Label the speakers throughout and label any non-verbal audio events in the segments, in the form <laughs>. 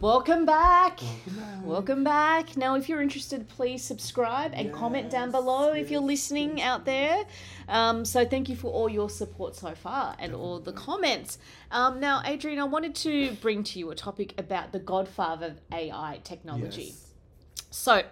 Speaker 1: Welcome back. Welcome back. Now, if you're interested, please subscribe and comment down
Speaker 2: Yes,
Speaker 1: below if you're
Speaker 2: yes,
Speaker 1: listening out there. Um, so, thank you for all your support so far and all the comments. Um, now, Adrian, I wanted to bring to you a topic about the godfather of AI technology.
Speaker 2: Yes.
Speaker 1: So,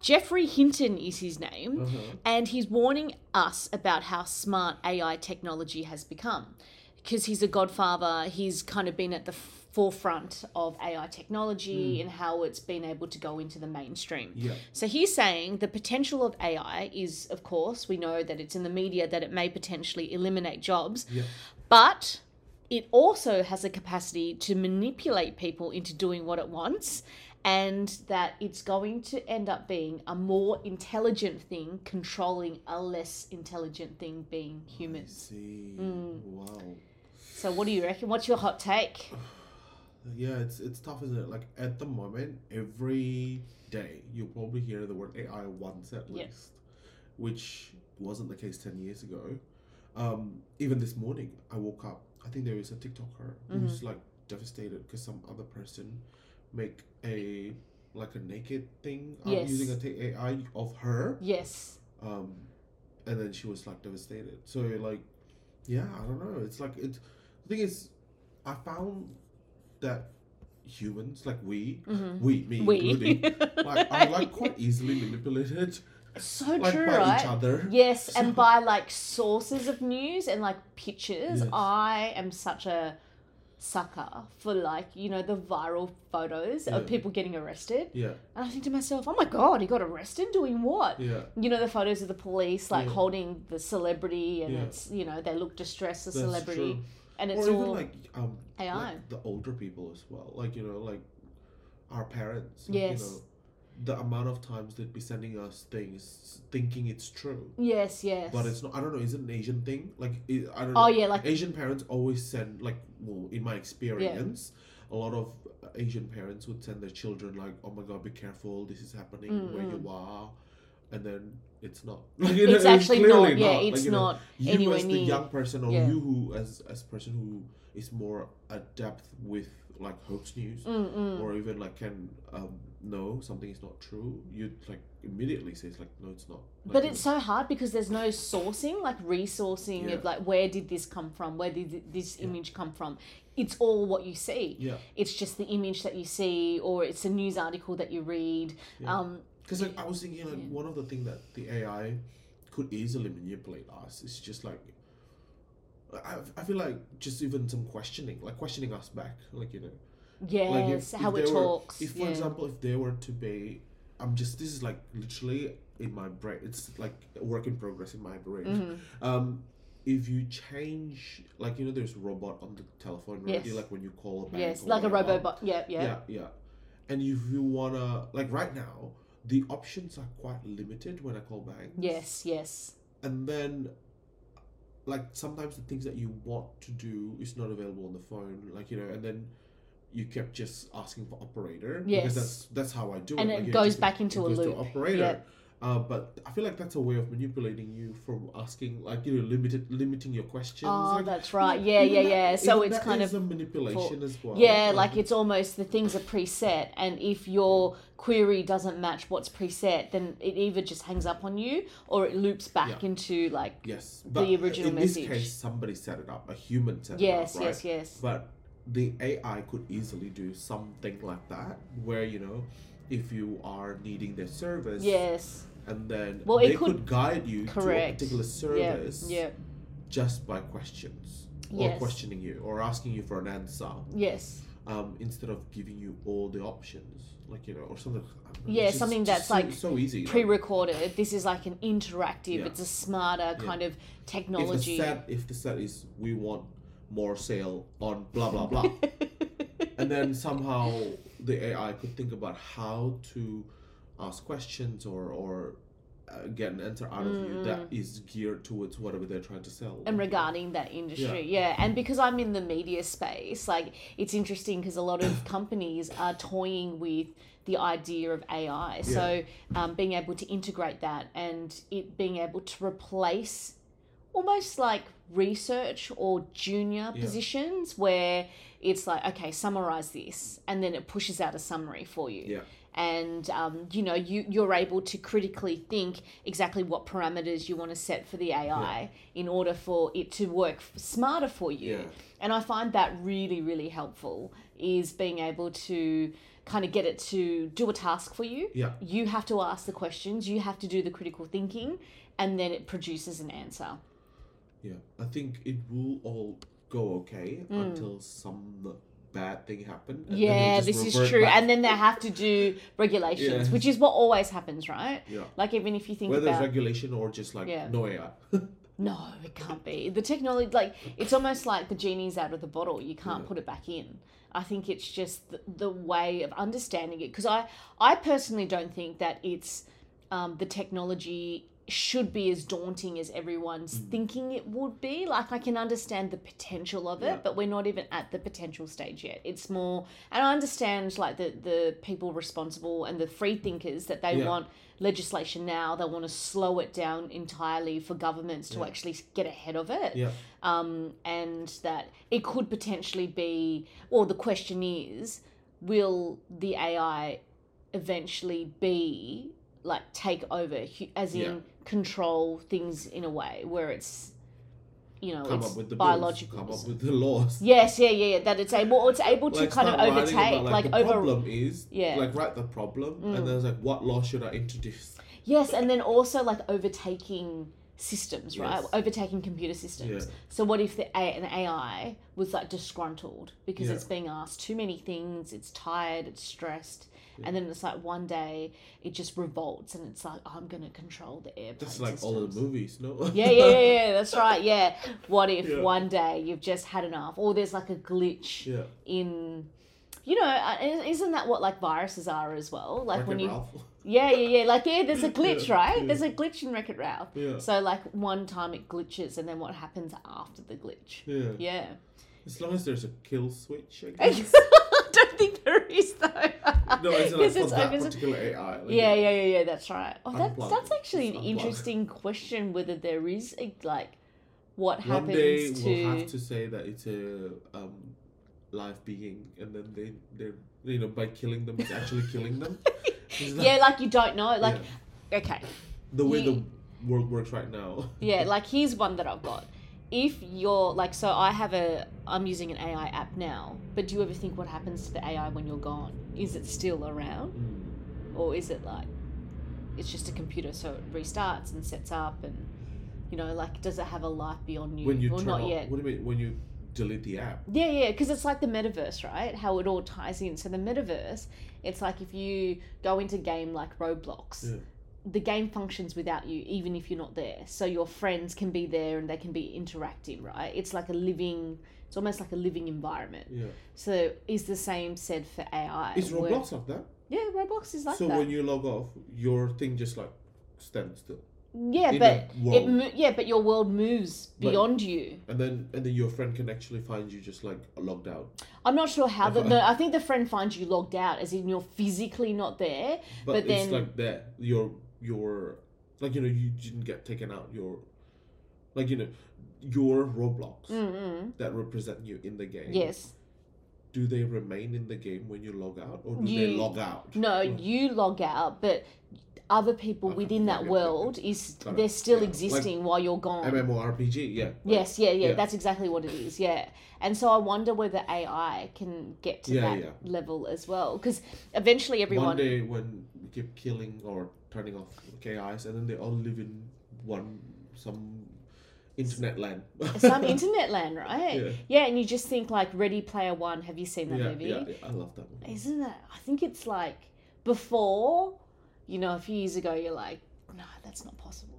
Speaker 1: Jeffrey Hinton is his name,
Speaker 2: Mhm.
Speaker 1: and he's warning us about how smart AI technology has become. Because he's a godfather, he's kind of been at the f- forefront of AI technology and how it's been able to go into the mainstream.
Speaker 2: Yeah.
Speaker 1: So he's saying the potential of AI is, of course, we know that it's in the media that it may potentially eliminate jobs,
Speaker 2: Yeah.
Speaker 1: but it also has a capacity to manipulate people into doing what it wants and that it's going to end up being a more intelligent thing controlling a less intelligent thing being
Speaker 2: I
Speaker 1: humans
Speaker 2: see.
Speaker 1: Mm.
Speaker 2: Wow.
Speaker 1: so what do you reckon what's your hot take
Speaker 2: Yeah, it's it's tough, isn't it? Like at the moment, every day you probably hear the word AI once at
Speaker 1: Yeah.
Speaker 2: least, which wasn't the case ten years ago. Um, even this morning, I woke up. I think there is a TikToker
Speaker 1: Mm-hmm.
Speaker 2: who's like devastated because some other person make a like a naked thing um,
Speaker 1: Yes.
Speaker 2: using a t- AI of her.
Speaker 1: yes
Speaker 2: um, and then she was like devastated. So like, yeah, I don't know. It's like it. The thing is, I found that humans, like we,
Speaker 1: Mhm.
Speaker 2: we, me
Speaker 1: we <laughs>
Speaker 2: included, like are like quite easily manipulated,
Speaker 1: so <laughs>
Speaker 2: like
Speaker 1: true
Speaker 2: by
Speaker 1: right
Speaker 2: each other.
Speaker 1: Yes,
Speaker 2: So-
Speaker 1: and by like sources of news and like pictures,
Speaker 2: Yes.
Speaker 1: I am such a sucker for like, you know, the viral photos of
Speaker 2: Yeah.
Speaker 1: people getting arrested.
Speaker 2: Yeah,
Speaker 1: And I think to myself, oh my god, he got arrested doing what?
Speaker 2: yeah.
Speaker 1: You know, the photos of the police like
Speaker 2: Yeah.
Speaker 1: holding the celebrity and
Speaker 2: Yeah.
Speaker 1: it's, you know, they look distressed, the
Speaker 2: That's
Speaker 1: celebrity.
Speaker 2: true.
Speaker 1: And
Speaker 2: Or
Speaker 1: it's
Speaker 2: even
Speaker 1: all
Speaker 2: like um,
Speaker 1: AI.
Speaker 2: like the older people as well. Like you know, like our parents.
Speaker 1: Yes.
Speaker 2: You know, the amount of times they'd be sending us things, thinking it's true.
Speaker 1: yes, yes.
Speaker 2: But it's not. I don't know. Is it an Asian thing? Like i I don't know.
Speaker 1: oh, yeah, like,
Speaker 2: Asian parents always send like, well, in my experience, a lot of Asian parents would send their children like, "Oh my god, be careful! This is happening where
Speaker 1: Mm,
Speaker 2: you are," and then it's not. <laughs> Like, you know,
Speaker 1: it's actually
Speaker 2: clearly
Speaker 1: not, yeah,
Speaker 2: Like,
Speaker 1: it's
Speaker 2: you know,
Speaker 1: not.
Speaker 2: you
Speaker 1: anywhere
Speaker 2: as the
Speaker 1: near.
Speaker 2: young person, or
Speaker 1: Yeah.
Speaker 2: you who as as person who is more adept with like hoax news,
Speaker 1: Mm, mm.
Speaker 2: or even like can um, know something is not true, you'd like immediately say it's like, "No, it's not." Like,
Speaker 1: But
Speaker 2: you
Speaker 1: it's
Speaker 2: know,
Speaker 1: so hard because there's no sourcing, like resourcing of
Speaker 2: Yeah.
Speaker 1: like where did this come from? Where did th- this image come from? It's all what you see.
Speaker 2: yeah.
Speaker 1: It's just the image that you see, or it's a news article that you read.
Speaker 2: Yeah.
Speaker 1: Um,
Speaker 2: Because like I was thinking, like
Speaker 1: Yeah.
Speaker 2: one of the things that the AI could easily manipulate us is just like I, I feel like just even some questioning, like questioning us back, like you know,
Speaker 1: yes,
Speaker 2: like if, if
Speaker 1: how it
Speaker 2: there were-
Speaker 1: talks.
Speaker 2: If for
Speaker 1: yeah.
Speaker 2: example, if there were to be, I'm just this is like literally in my brain. It's like a work in progress in my brain.
Speaker 1: Mhm.
Speaker 2: Um, if you change, like you know, there's robot on the telephone, right?
Speaker 1: Yes.
Speaker 2: Like when you call a bank,
Speaker 1: yes,
Speaker 2: or
Speaker 1: like a
Speaker 2: whatever.
Speaker 1: robobot. Yeah, yeah,
Speaker 2: Yeah, yeah. And if you wanna like right now, the options are quite limited when I call banks.
Speaker 1: Yes, yes.
Speaker 2: And then like sometimes the things that you want to do is not available on the phone, like you know, and then you kept just asking for operator.
Speaker 1: Yes.
Speaker 2: Because that's that's how I do
Speaker 1: And
Speaker 2: it.
Speaker 1: it
Speaker 2: you
Speaker 1: goes
Speaker 2: just-
Speaker 1: back into
Speaker 2: it
Speaker 1: a
Speaker 2: goes to
Speaker 1: loop.
Speaker 2: operator.
Speaker 1: Yeah.
Speaker 2: Uh, but I feel like that's a way of manipulating you from asking, like you know, limited limiting your questions.
Speaker 1: Oh,
Speaker 2: like,
Speaker 1: that's right. Yeah, yeah,
Speaker 2: even
Speaker 1: yeah.
Speaker 2: that-
Speaker 1: So
Speaker 2: even
Speaker 1: it's
Speaker 2: that
Speaker 1: kind
Speaker 2: is
Speaker 1: of-
Speaker 2: a manipulation as well.
Speaker 1: Yeah, like it's almost the things are preset, and if your query doesn't match what's preset, then it either just hangs up on you or it loops back into like
Speaker 2: Yes,
Speaker 1: the original
Speaker 2: in
Speaker 1: message.
Speaker 2: this case, somebody set it up. A human set
Speaker 1: yes,
Speaker 2: it up, right?
Speaker 1: yes, yes.
Speaker 2: But the AI could easily do something like that, where you know, if you are needing their service,
Speaker 1: Yes,
Speaker 2: and then
Speaker 1: Well, it
Speaker 2: they could,
Speaker 1: could-
Speaker 2: guide you to a
Speaker 1: correct.
Speaker 2: particular
Speaker 1: yeah,
Speaker 2: service
Speaker 1: yeah,
Speaker 2: just by questions. Or
Speaker 1: Yes.
Speaker 2: questioning you, or asking you for an answer,
Speaker 1: yes,
Speaker 2: um, instead of giving you all the options, like you know, or something. I don't know,
Speaker 1: Yeah,
Speaker 2: it's just-
Speaker 1: something
Speaker 2: just
Speaker 1: that's,
Speaker 2: so-
Speaker 1: like,
Speaker 2: so easy. like,
Speaker 1: pre-recorded. This is like an interactive.
Speaker 2: Yeah.
Speaker 1: It's a smarter
Speaker 2: Yeah.
Speaker 1: kind of
Speaker 2: if the
Speaker 1: technology.
Speaker 2: set if the set is we want more sale on blah
Speaker 1: <laughs>
Speaker 2: blah blah and then somehow the AI could think about how to ask questions or or uh, get an answer out of you that is geared towards whatever they're trying to sell.
Speaker 1: Mm-hmm. and regarding that industry yeah. and because i'm in the media space like it's interesting because a lot of companies are toying with the idea of ai so um, being able to integrate that and it being able to replace almost like research or junior
Speaker 2: Yeah.
Speaker 1: positions where it's like okay summarize this and then it pushes out a summary for you
Speaker 2: Yeah.
Speaker 1: and um, you know you you're able to critically think exactly what parameters you want to set for the AI in order for it to work f- smarter for you.
Speaker 2: Yeah.
Speaker 1: And I find that really really helpful is being able to kind of get it to do a task for you.
Speaker 2: Yeah.
Speaker 1: You have to ask the questions, you have to do the critical thinking and then it produces an answer.
Speaker 2: Yeah, I think it will all go okay until some bad thing happened. and then
Speaker 1: Mm. yeah,
Speaker 2: it'll just
Speaker 1: this is
Speaker 2: revert
Speaker 1: true.
Speaker 2: back.
Speaker 1: And then they have to do regulations,
Speaker 2: Yeah.
Speaker 1: which is what always happens, right?
Speaker 2: Yeah.
Speaker 1: Like even if you think
Speaker 2: whether it's
Speaker 1: about
Speaker 2: regulation or just like
Speaker 1: Yeah.
Speaker 2: no AI.
Speaker 1: No, it can't be. The technology, like, it's almost like the genie's out of the bottle. You can't put it back in. I think it's just the, the way of understanding it. Because I, I personally don't think that it's um, the technology should be as daunting as everyone's
Speaker 2: Mm.
Speaker 1: thinking it would be. Like, I can understand the potential of it,
Speaker 2: Yeah.
Speaker 1: but we're not even at the potential stage yet. It's more, and I understand, like, the, the people responsible and the free thinkers that they
Speaker 2: Yeah.
Speaker 1: want legislation now. They want to slow it down entirely for governments to
Speaker 2: Yeah.
Speaker 1: actually get ahead of it.
Speaker 2: <laughs> yeah,
Speaker 1: Um, and that it could potentially be, or the question is, will the AI eventually be like take over, hu- as in
Speaker 2: Yeah.
Speaker 1: control things in a way where it's, you know,
Speaker 2: come
Speaker 1: it's
Speaker 2: up with the
Speaker 1: biological.
Speaker 2: bills, come up with the laws.
Speaker 1: Yes, yeah, yeah, yeah, that it's able, it's able to
Speaker 2: Like,
Speaker 1: kind of
Speaker 2: start writing
Speaker 1: overtake,
Speaker 2: about,
Speaker 1: like,
Speaker 2: the
Speaker 1: over,
Speaker 2: problem is,
Speaker 1: Yeah. Mm.
Speaker 2: like write the problem, and then it's like, what law should I introduce?
Speaker 1: Yes, and then also like overtaking systems, right?
Speaker 2: Yes.
Speaker 1: Overtaking computer systems.
Speaker 2: Yeah.
Speaker 1: So what if the A- an AI was like disgruntled because
Speaker 2: Yeah.
Speaker 1: it's being asked too many things, it's tired, it's stressed, and then it's like one day it just revolts and it's like I'm gonna control the airplane.
Speaker 2: That's like all the
Speaker 1: systems."
Speaker 2: movies, no?
Speaker 1: Yeah, yeah, yeah, yeah. That's right. Yeah. What if
Speaker 2: Yeah.
Speaker 1: one day you've just had enough, or there's like a glitch
Speaker 2: <laughs> yeah.
Speaker 1: in, you know, uh, isn't that what like viruses are as well? Like
Speaker 2: Wreck-It
Speaker 1: when you
Speaker 2: Ralph. <laughs>
Speaker 1: yeah, yeah, yeah. Like yeah, there's a glitch,
Speaker 2: <coughs> Yeah,
Speaker 1: right?
Speaker 2: yeah.
Speaker 1: There's a glitch in Wreck It Ralph.
Speaker 2: Yeah.
Speaker 1: So like one time it glitches, and then what happens after the glitch?
Speaker 2: yeah,
Speaker 1: Yeah.
Speaker 2: As long as there's a kill switch, <laughs> I
Speaker 1: <laughs> I
Speaker 2: guess.
Speaker 1: don't think there is though. <laughs>
Speaker 2: no, it's like
Speaker 1: 'Cause
Speaker 2: for
Speaker 1: it's
Speaker 2: that
Speaker 1: open-
Speaker 2: particular AI. like,
Speaker 1: yeah, yeah, yeah, yeah. That's right. Oh, that's
Speaker 2: Unplug.
Speaker 1: that's actually an
Speaker 2: Unplug.
Speaker 1: interesting question. Whether there is a, like what
Speaker 2: One day
Speaker 1: happens
Speaker 2: we'll
Speaker 1: to,
Speaker 2: have to say that it's a um, live being, and then they they you know by killing them it's actually killing
Speaker 1: <laughs>
Speaker 2: them. It's like-
Speaker 1: yeah, like you don't know, like
Speaker 2: yeah.
Speaker 1: okay,
Speaker 2: the way
Speaker 1: you-
Speaker 2: the world works right now.
Speaker 1: Yeah, like here's one that I've got. If you're like, so I have a, I'm using an AI app now, but do you ever think what happens to the AI when you're gone? Is it still around?
Speaker 2: Mm.
Speaker 1: Or is it like, it's just a computer, so it restarts and sets up and, you know, like, does it have a life beyond you?
Speaker 2: When you
Speaker 1: or
Speaker 2: turn
Speaker 1: not
Speaker 2: off,
Speaker 1: yet?
Speaker 2: what do you mean when you delete the app?
Speaker 1: Yeah, yeah, because it's like the metaverse, right? How it all ties in. So the metaverse, it's like if you go into game like Roblox,
Speaker 2: Yeah.
Speaker 1: the game functions without you, even if you're not there. So your friends can be there and they can be interacting, right? It's like a living. It's almost like a living environment.
Speaker 2: Yeah,
Speaker 1: So is the same said for AI?
Speaker 2: it's
Speaker 1: where-
Speaker 2: Roblox like that.
Speaker 1: Yeah, Roblox is like
Speaker 2: so
Speaker 1: that.
Speaker 2: when you log off, your thing just like stands still,
Speaker 1: yeah,
Speaker 2: in
Speaker 1: but
Speaker 2: a
Speaker 1: it
Speaker 2: world.
Speaker 1: mo- yeah, but your world moves
Speaker 2: But-
Speaker 1: beyond you.
Speaker 2: and then and then your friend can actually find you just like logged out.
Speaker 1: I'm not sure how the
Speaker 2: Okay.
Speaker 1: no. I think the friend finds you logged out, as in you're physically not there.
Speaker 2: But,
Speaker 1: But
Speaker 2: it's
Speaker 1: then-
Speaker 2: like that. Your your like you know you didn't get taken out. Your like you know your Roblox
Speaker 1: Mm-mm.
Speaker 2: that represent you in the game.
Speaker 1: Mm. Yes.
Speaker 2: Do they remain in the game when you log out, or do they
Speaker 1: You-
Speaker 2: log out?
Speaker 1: No,
Speaker 2: Like,
Speaker 1: you log out, but other people
Speaker 2: Okay,
Speaker 1: within that
Speaker 2: okay, okay,
Speaker 1: world is
Speaker 2: Got it.
Speaker 1: they're still
Speaker 2: Yeah, like
Speaker 1: existing while you're gone.
Speaker 2: MMORPG. Yeah. like,
Speaker 1: yes, yeah, yeah,
Speaker 2: yeah.
Speaker 1: that's exactly what it is. Yeah, and so I wonder whether AI can get to
Speaker 2: Yeah,
Speaker 1: that
Speaker 2: yeah.
Speaker 1: level as well, because eventually everyone.
Speaker 2: One day when we keep killing or turning off KIs, and then they all live in one some internet land.
Speaker 1: some internet land, right?
Speaker 2: Yeah.
Speaker 1: and you just think like Ready Player One. Have you seen that
Speaker 2: <laughs> yeah,
Speaker 1: movie?
Speaker 2: yeah, yeah, I love that one.
Speaker 1: Isn't that? I think it's like before, you know, a few years ago. You're like, no, that's not possible.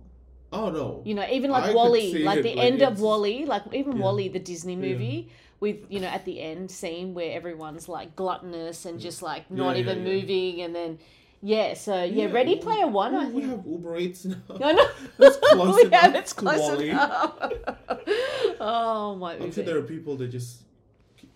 Speaker 2: Oh no.
Speaker 1: You know, even like
Speaker 2: I could
Speaker 1: Wally,
Speaker 2: see
Speaker 1: like
Speaker 2: it,
Speaker 1: the
Speaker 2: like,
Speaker 1: end of
Speaker 2: it's-
Speaker 1: Wally, like even
Speaker 2: Yeah.
Speaker 1: Wally, the Disney
Speaker 2: Yeah.
Speaker 1: movie, with you know at the end scene where everyone's like gluttonous and just like not
Speaker 2: Mm. yeah,
Speaker 1: even
Speaker 2: yeah.
Speaker 1: moving, and then yeah, so yeah, Ready
Speaker 2: we-
Speaker 1: Player One, I
Speaker 2: we
Speaker 1: think. <laughs>
Speaker 2: have Uber Eats <laughs> now.
Speaker 1: No, no,
Speaker 2: That's
Speaker 1: <laughs>
Speaker 2: close
Speaker 1: we have
Speaker 2: enough
Speaker 1: it's
Speaker 2: to
Speaker 1: close
Speaker 2: Wall-E.
Speaker 1: enough. <laughs> oh my!
Speaker 2: I'm sure there are people that just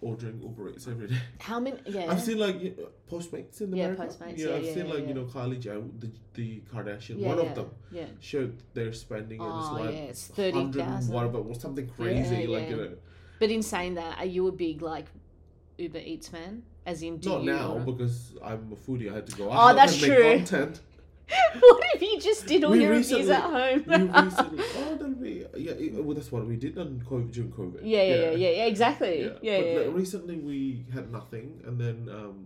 Speaker 2: ordering Uber Eats every day.
Speaker 1: How many? Yeah.
Speaker 2: I've seen like you- Postmates in
Speaker 1: Yeah,
Speaker 2: America.
Speaker 1: Postmates,
Speaker 2: Yeah,
Speaker 1: yeah,
Speaker 2: I've
Speaker 1: yeah,
Speaker 2: seen
Speaker 1: yeah,
Speaker 2: like
Speaker 1: yeah.
Speaker 2: you know Kylie Jen, the the Kardashian,
Speaker 1: yeah,
Speaker 2: one
Speaker 1: yeah,
Speaker 2: of them
Speaker 1: Yeah.
Speaker 2: showed their spending and
Speaker 1: Oh, yeah, it's
Speaker 2: it's like
Speaker 1: 30,000.
Speaker 2: whatever or something crazy
Speaker 1: Yeah,
Speaker 2: like
Speaker 1: yeah.
Speaker 2: you know.
Speaker 1: But in saying that, are you a big like Uber Eats man? As in, do
Speaker 2: Not
Speaker 1: you
Speaker 2: now
Speaker 1: order-
Speaker 2: because I'm a foodie. I had to go
Speaker 1: Oh,
Speaker 2: out
Speaker 1: that's
Speaker 2: and make
Speaker 1: true. <laughs>
Speaker 2: content.
Speaker 1: what if you just did all
Speaker 2: We
Speaker 1: your reviews
Speaker 2: recently-
Speaker 1: at home?
Speaker 2: We recently, oh, that'll be yeah. It, well, that's what we did on COVID, during COVID.
Speaker 1: <laughs> yeah, yeah, yeah, yeah, yeah, exactly. Yeah, yeah.
Speaker 2: but
Speaker 1: yeah.
Speaker 2: like, recently we had nothing, and then um,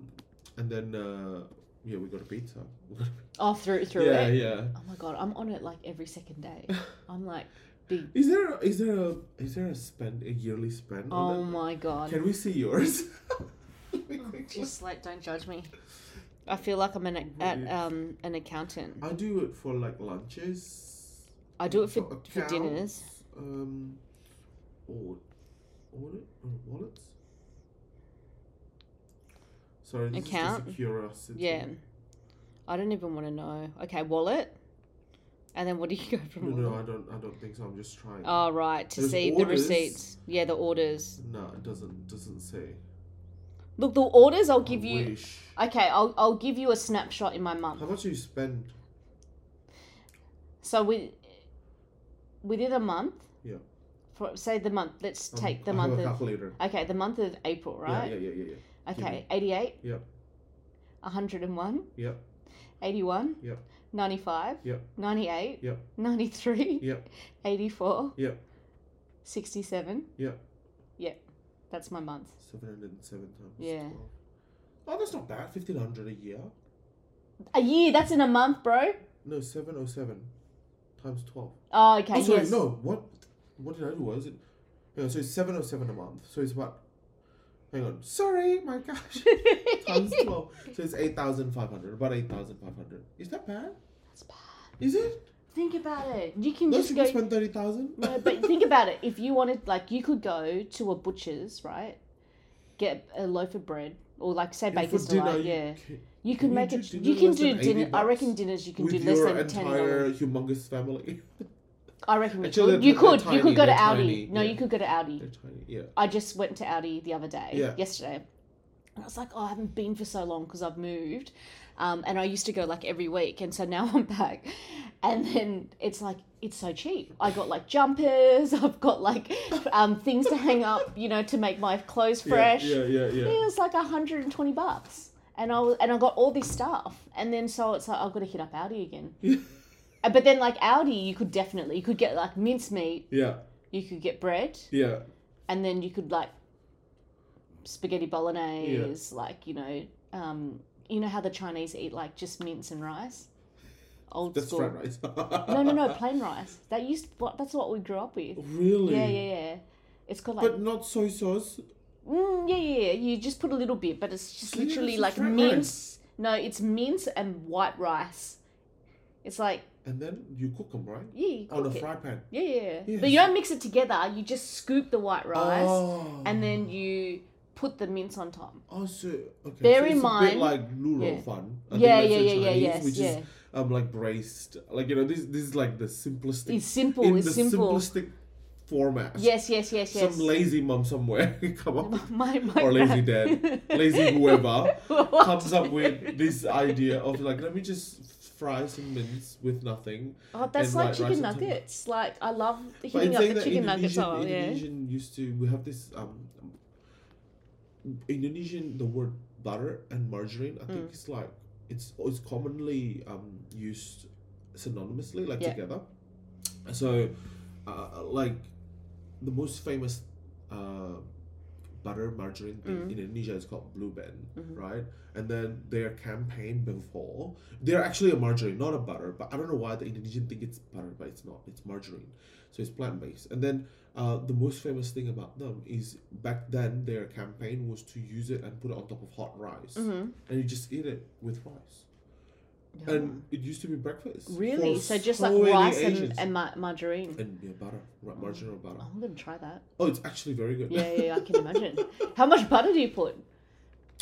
Speaker 2: and then uh, yeah, we got a pizza. <laughs>
Speaker 1: Oh, through through
Speaker 2: yeah,
Speaker 1: it.
Speaker 2: yeah.
Speaker 1: Oh my god, I'm on it like every second
Speaker 2: <laughs>
Speaker 1: day. I'm like, big.
Speaker 2: Is there is there a is there a spend a yearly spend?
Speaker 1: Oh
Speaker 2: on
Speaker 1: my
Speaker 2: that?
Speaker 1: god.
Speaker 2: Can we see yours? <laughs> Let me quickly-
Speaker 1: Oh, Just like, don't judge me. I feel like I'm an at, um an accountant.
Speaker 2: I do it for like lunches.
Speaker 1: I do it for, for
Speaker 2: accounts,
Speaker 1: dinners.
Speaker 2: Um, or wallet or wallets. Sorry, this is
Speaker 1: Account?
Speaker 2: just a curiosity.
Speaker 1: Yeah. I don't even want to know. Okay, wallet. And then what do you go
Speaker 2: No,
Speaker 1: from?
Speaker 2: no,
Speaker 1: wallet?
Speaker 2: I don't. I don't think so. I'm just trying.
Speaker 1: Oh right, to
Speaker 2: There's
Speaker 1: see the
Speaker 2: orders.
Speaker 1: receipts. Yeah, the orders.
Speaker 2: no, it doesn't. Doesn't say.
Speaker 1: Look, the orders I'll
Speaker 2: I
Speaker 1: give you.
Speaker 2: wish.
Speaker 1: Okay, I'll I'll give you a snapshot in my month.
Speaker 2: How much do you spend?
Speaker 1: So we within a month.
Speaker 2: Yeah.
Speaker 1: For, say the month. Let's
Speaker 2: Um, <laughs>
Speaker 1: take the
Speaker 2: I
Speaker 1: month
Speaker 2: have a
Speaker 1: of
Speaker 2: calculator.
Speaker 1: okay, the month of April, right?
Speaker 2: Yeah, yeah, yeah, yeah, yeah. give
Speaker 1: Okay, eighty-eight.
Speaker 2: Yep.
Speaker 1: One hundred and one.
Speaker 2: Yep.
Speaker 1: Eighty-one.
Speaker 2: Yep.
Speaker 1: Ninety-five.
Speaker 2: Yep.
Speaker 1: Ninety-eight.
Speaker 2: Yep.
Speaker 1: Ninety-three.
Speaker 2: Yep.
Speaker 1: Eighty-four.
Speaker 2: Yep.
Speaker 1: Sixty-seven.
Speaker 2: Yep.
Speaker 1: Yep. That's my month.
Speaker 2: Seven hundred and seven times.
Speaker 1: Yeah.
Speaker 2: 12. Oh, that's not bad. Fifteen hundred a year.
Speaker 1: A year. That's in a month, bro.
Speaker 2: No, seven oh seven times twelve.
Speaker 1: Oh, okay.
Speaker 2: oh, sorry,
Speaker 1: yes. <laughs>
Speaker 2: no. What? What did I do? Was it? Yeah, so it's seven oh seven a month. So it's what? Hang on. Sorry, my gosh. <laughs>
Speaker 1: <laughs>
Speaker 2: times twelve. So it's eight thousand five hundred. About eight thousand five hundred. Is that bad?
Speaker 1: That's bad.
Speaker 2: Is it?
Speaker 1: Think about it. You can just
Speaker 2: Those people
Speaker 1: go.
Speaker 2: spend thirty thousand.
Speaker 1: No, but
Speaker 2: <laughs>
Speaker 1: think about it. If you wanted, like, you could go to a butcher's, right? Get a loaf of bread, or like say baker's delight. Yeah, you could
Speaker 2: can you
Speaker 1: make
Speaker 2: do
Speaker 1: it.
Speaker 2: dinner
Speaker 1: You can
Speaker 2: less
Speaker 1: do
Speaker 2: than
Speaker 1: dinner.
Speaker 2: 80
Speaker 1: I reckon
Speaker 2: bucks?
Speaker 1: dinners you can do
Speaker 2: With
Speaker 1: less
Speaker 2: your
Speaker 1: than ten
Speaker 2: entire
Speaker 1: dollars.
Speaker 2: humongous family. <laughs>
Speaker 1: I reckon we
Speaker 2: Actually,
Speaker 1: could.
Speaker 2: they're-
Speaker 1: You could.
Speaker 2: they're
Speaker 1: you could go
Speaker 2: tiny,
Speaker 1: to
Speaker 2: they're
Speaker 1: Audi.
Speaker 2: tiny,
Speaker 1: No,
Speaker 2: yeah.
Speaker 1: you could go to Audi.
Speaker 2: They're tiny. Yeah.
Speaker 1: I just went to Audi the other day,
Speaker 2: Yeah.
Speaker 1: yesterday. And I was like, oh, I haven't been for so long because I've moved. Um, and I used to go like every week. And so now <laughs> I'm back. And then it's like, it's so cheap. I got like jumpers, <laughs> I've got like um, things to hang up, you know, to make my clothes fresh.
Speaker 2: Yeah, yeah, yeah.
Speaker 1: It <laughs>
Speaker 2: yeah.
Speaker 1: was like 120 bucks. And I, was, and I got all this stuff. And then so it's like, I've got to hit up Audi again.
Speaker 2: Yeah.
Speaker 1: Uh, But then like Audi, you could definitely, you could get like mincemeat,
Speaker 2: Yeah,
Speaker 1: you could get bread
Speaker 2: yeah,
Speaker 1: and then you could like spaghetti bolognese, like you know, um, you know how the Chinese eat like just mince and rice, old
Speaker 2: that's
Speaker 1: school.
Speaker 2: fried rice. <laughs>
Speaker 1: No, no, no, plain rice. That used what that's what we grew up with.
Speaker 2: Really?
Speaker 1: Yeah, yeah, yeah. It's called like
Speaker 2: But not soy sauce.
Speaker 1: mm, yeah, yeah, yeah. You just put a little bit, but it's just
Speaker 2: So you
Speaker 1: literally
Speaker 2: just
Speaker 1: like
Speaker 2: fried
Speaker 1: mince.
Speaker 2: rice.
Speaker 1: No, it's mince and white rice. It's like
Speaker 2: And then you cook them, right?
Speaker 1: yeah, you
Speaker 2: On a
Speaker 1: cook it.
Speaker 2: fry pan.
Speaker 1: yeah, yeah, yeah.
Speaker 2: Yeah.
Speaker 1: But you don't mix it together. You just scoop the white rice
Speaker 2: Oh.
Speaker 1: and then you put the mince on top.
Speaker 2: Oh, so okay.
Speaker 1: Bear
Speaker 2: so
Speaker 1: in
Speaker 2: it's a
Speaker 1: mind-
Speaker 2: bit like noodle
Speaker 1: Yeah.
Speaker 2: fun. I think
Speaker 1: Yeah,
Speaker 2: that's
Speaker 1: yeah,
Speaker 2: in
Speaker 1: yeah, yeah,
Speaker 2: Chinese,
Speaker 1: yes,
Speaker 2: Which
Speaker 1: yeah.
Speaker 2: is um like braced, like you know this this is like the simplistic.
Speaker 1: It's simple.
Speaker 2: in
Speaker 1: it's
Speaker 2: the
Speaker 1: simple.
Speaker 2: simplistic format.
Speaker 1: Yes, yes, yes, yes.
Speaker 2: Some lazy mum somewhere <laughs> come
Speaker 1: <laughs>
Speaker 2: up
Speaker 1: my, my
Speaker 2: or lazy
Speaker 1: grand-
Speaker 2: dad, lazy
Speaker 1: <laughs>
Speaker 2: whoever
Speaker 1: What?
Speaker 2: comes up with this idea of like let me just fry some mince with nothing.
Speaker 1: Oh, that's
Speaker 2: and
Speaker 1: like
Speaker 2: white
Speaker 1: chicken
Speaker 2: rice on top.
Speaker 1: nuggets. Like I love
Speaker 2: But in
Speaker 1: hitting up
Speaker 2: saying
Speaker 1: the
Speaker 2: that
Speaker 1: chicken nuggets.
Speaker 2: Indonesian,
Speaker 1: Oh, yeah.
Speaker 2: Indonesian used to we have this um Indonesian the word butter and margarine I
Speaker 1: Mm.
Speaker 2: think it's like it's it's commonly um used synonymously like
Speaker 1: Yeah.
Speaker 2: together. So uh, like the most famous uh butter margarine thing
Speaker 1: Mm.
Speaker 2: in Indonesia is called Blue Band,
Speaker 1: Mm-hmm.
Speaker 2: right? And then their campaign before they're actually a margarine, not a butter, but I don't know why the Indonesian think it's butter, but it's not. It's margarine, so it's plant based. And then uh, the most famous thing about them is back then their campaign was to use it and put it on top of hot rice,
Speaker 1: Mm-hmm.
Speaker 2: and you just eat it with rice. And it used to be breakfast.
Speaker 1: Really?
Speaker 2: for
Speaker 1: So just
Speaker 2: many
Speaker 1: like rice and,
Speaker 2: Asians.
Speaker 1: and ma- margarine.
Speaker 2: And, yeah, butter, right, margarine or butter.
Speaker 1: I'm gonna try that.
Speaker 2: Oh, it's actually very good.
Speaker 1: Yeah, yeah, yeah, I can imagine. How much butter do you put?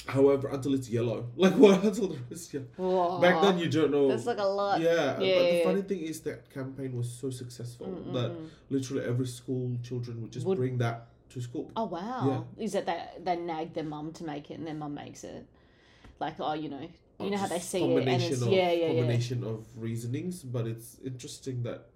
Speaker 2: <laughs> However, until it's yellow, like what until the rest yellow.
Speaker 1: Whoa.
Speaker 2: Back then, you don't know.
Speaker 1: That's like a lot. Yeah,
Speaker 2: Yeah, but the
Speaker 1: yeah,
Speaker 2: funny thing is that campaign was so successful that literally every school children would just
Speaker 1: Would-
Speaker 2: bring that to scoop.
Speaker 1: Oh wow! Is it that they nag their mum to make it and their mum makes it? Like oh, you know, you
Speaker 2: Uh,
Speaker 1: know how they
Speaker 2: just
Speaker 1: see it and it's
Speaker 2: combination
Speaker 1: yeah, yeah, yeah.
Speaker 2: combination of reasonings, but it's interesting that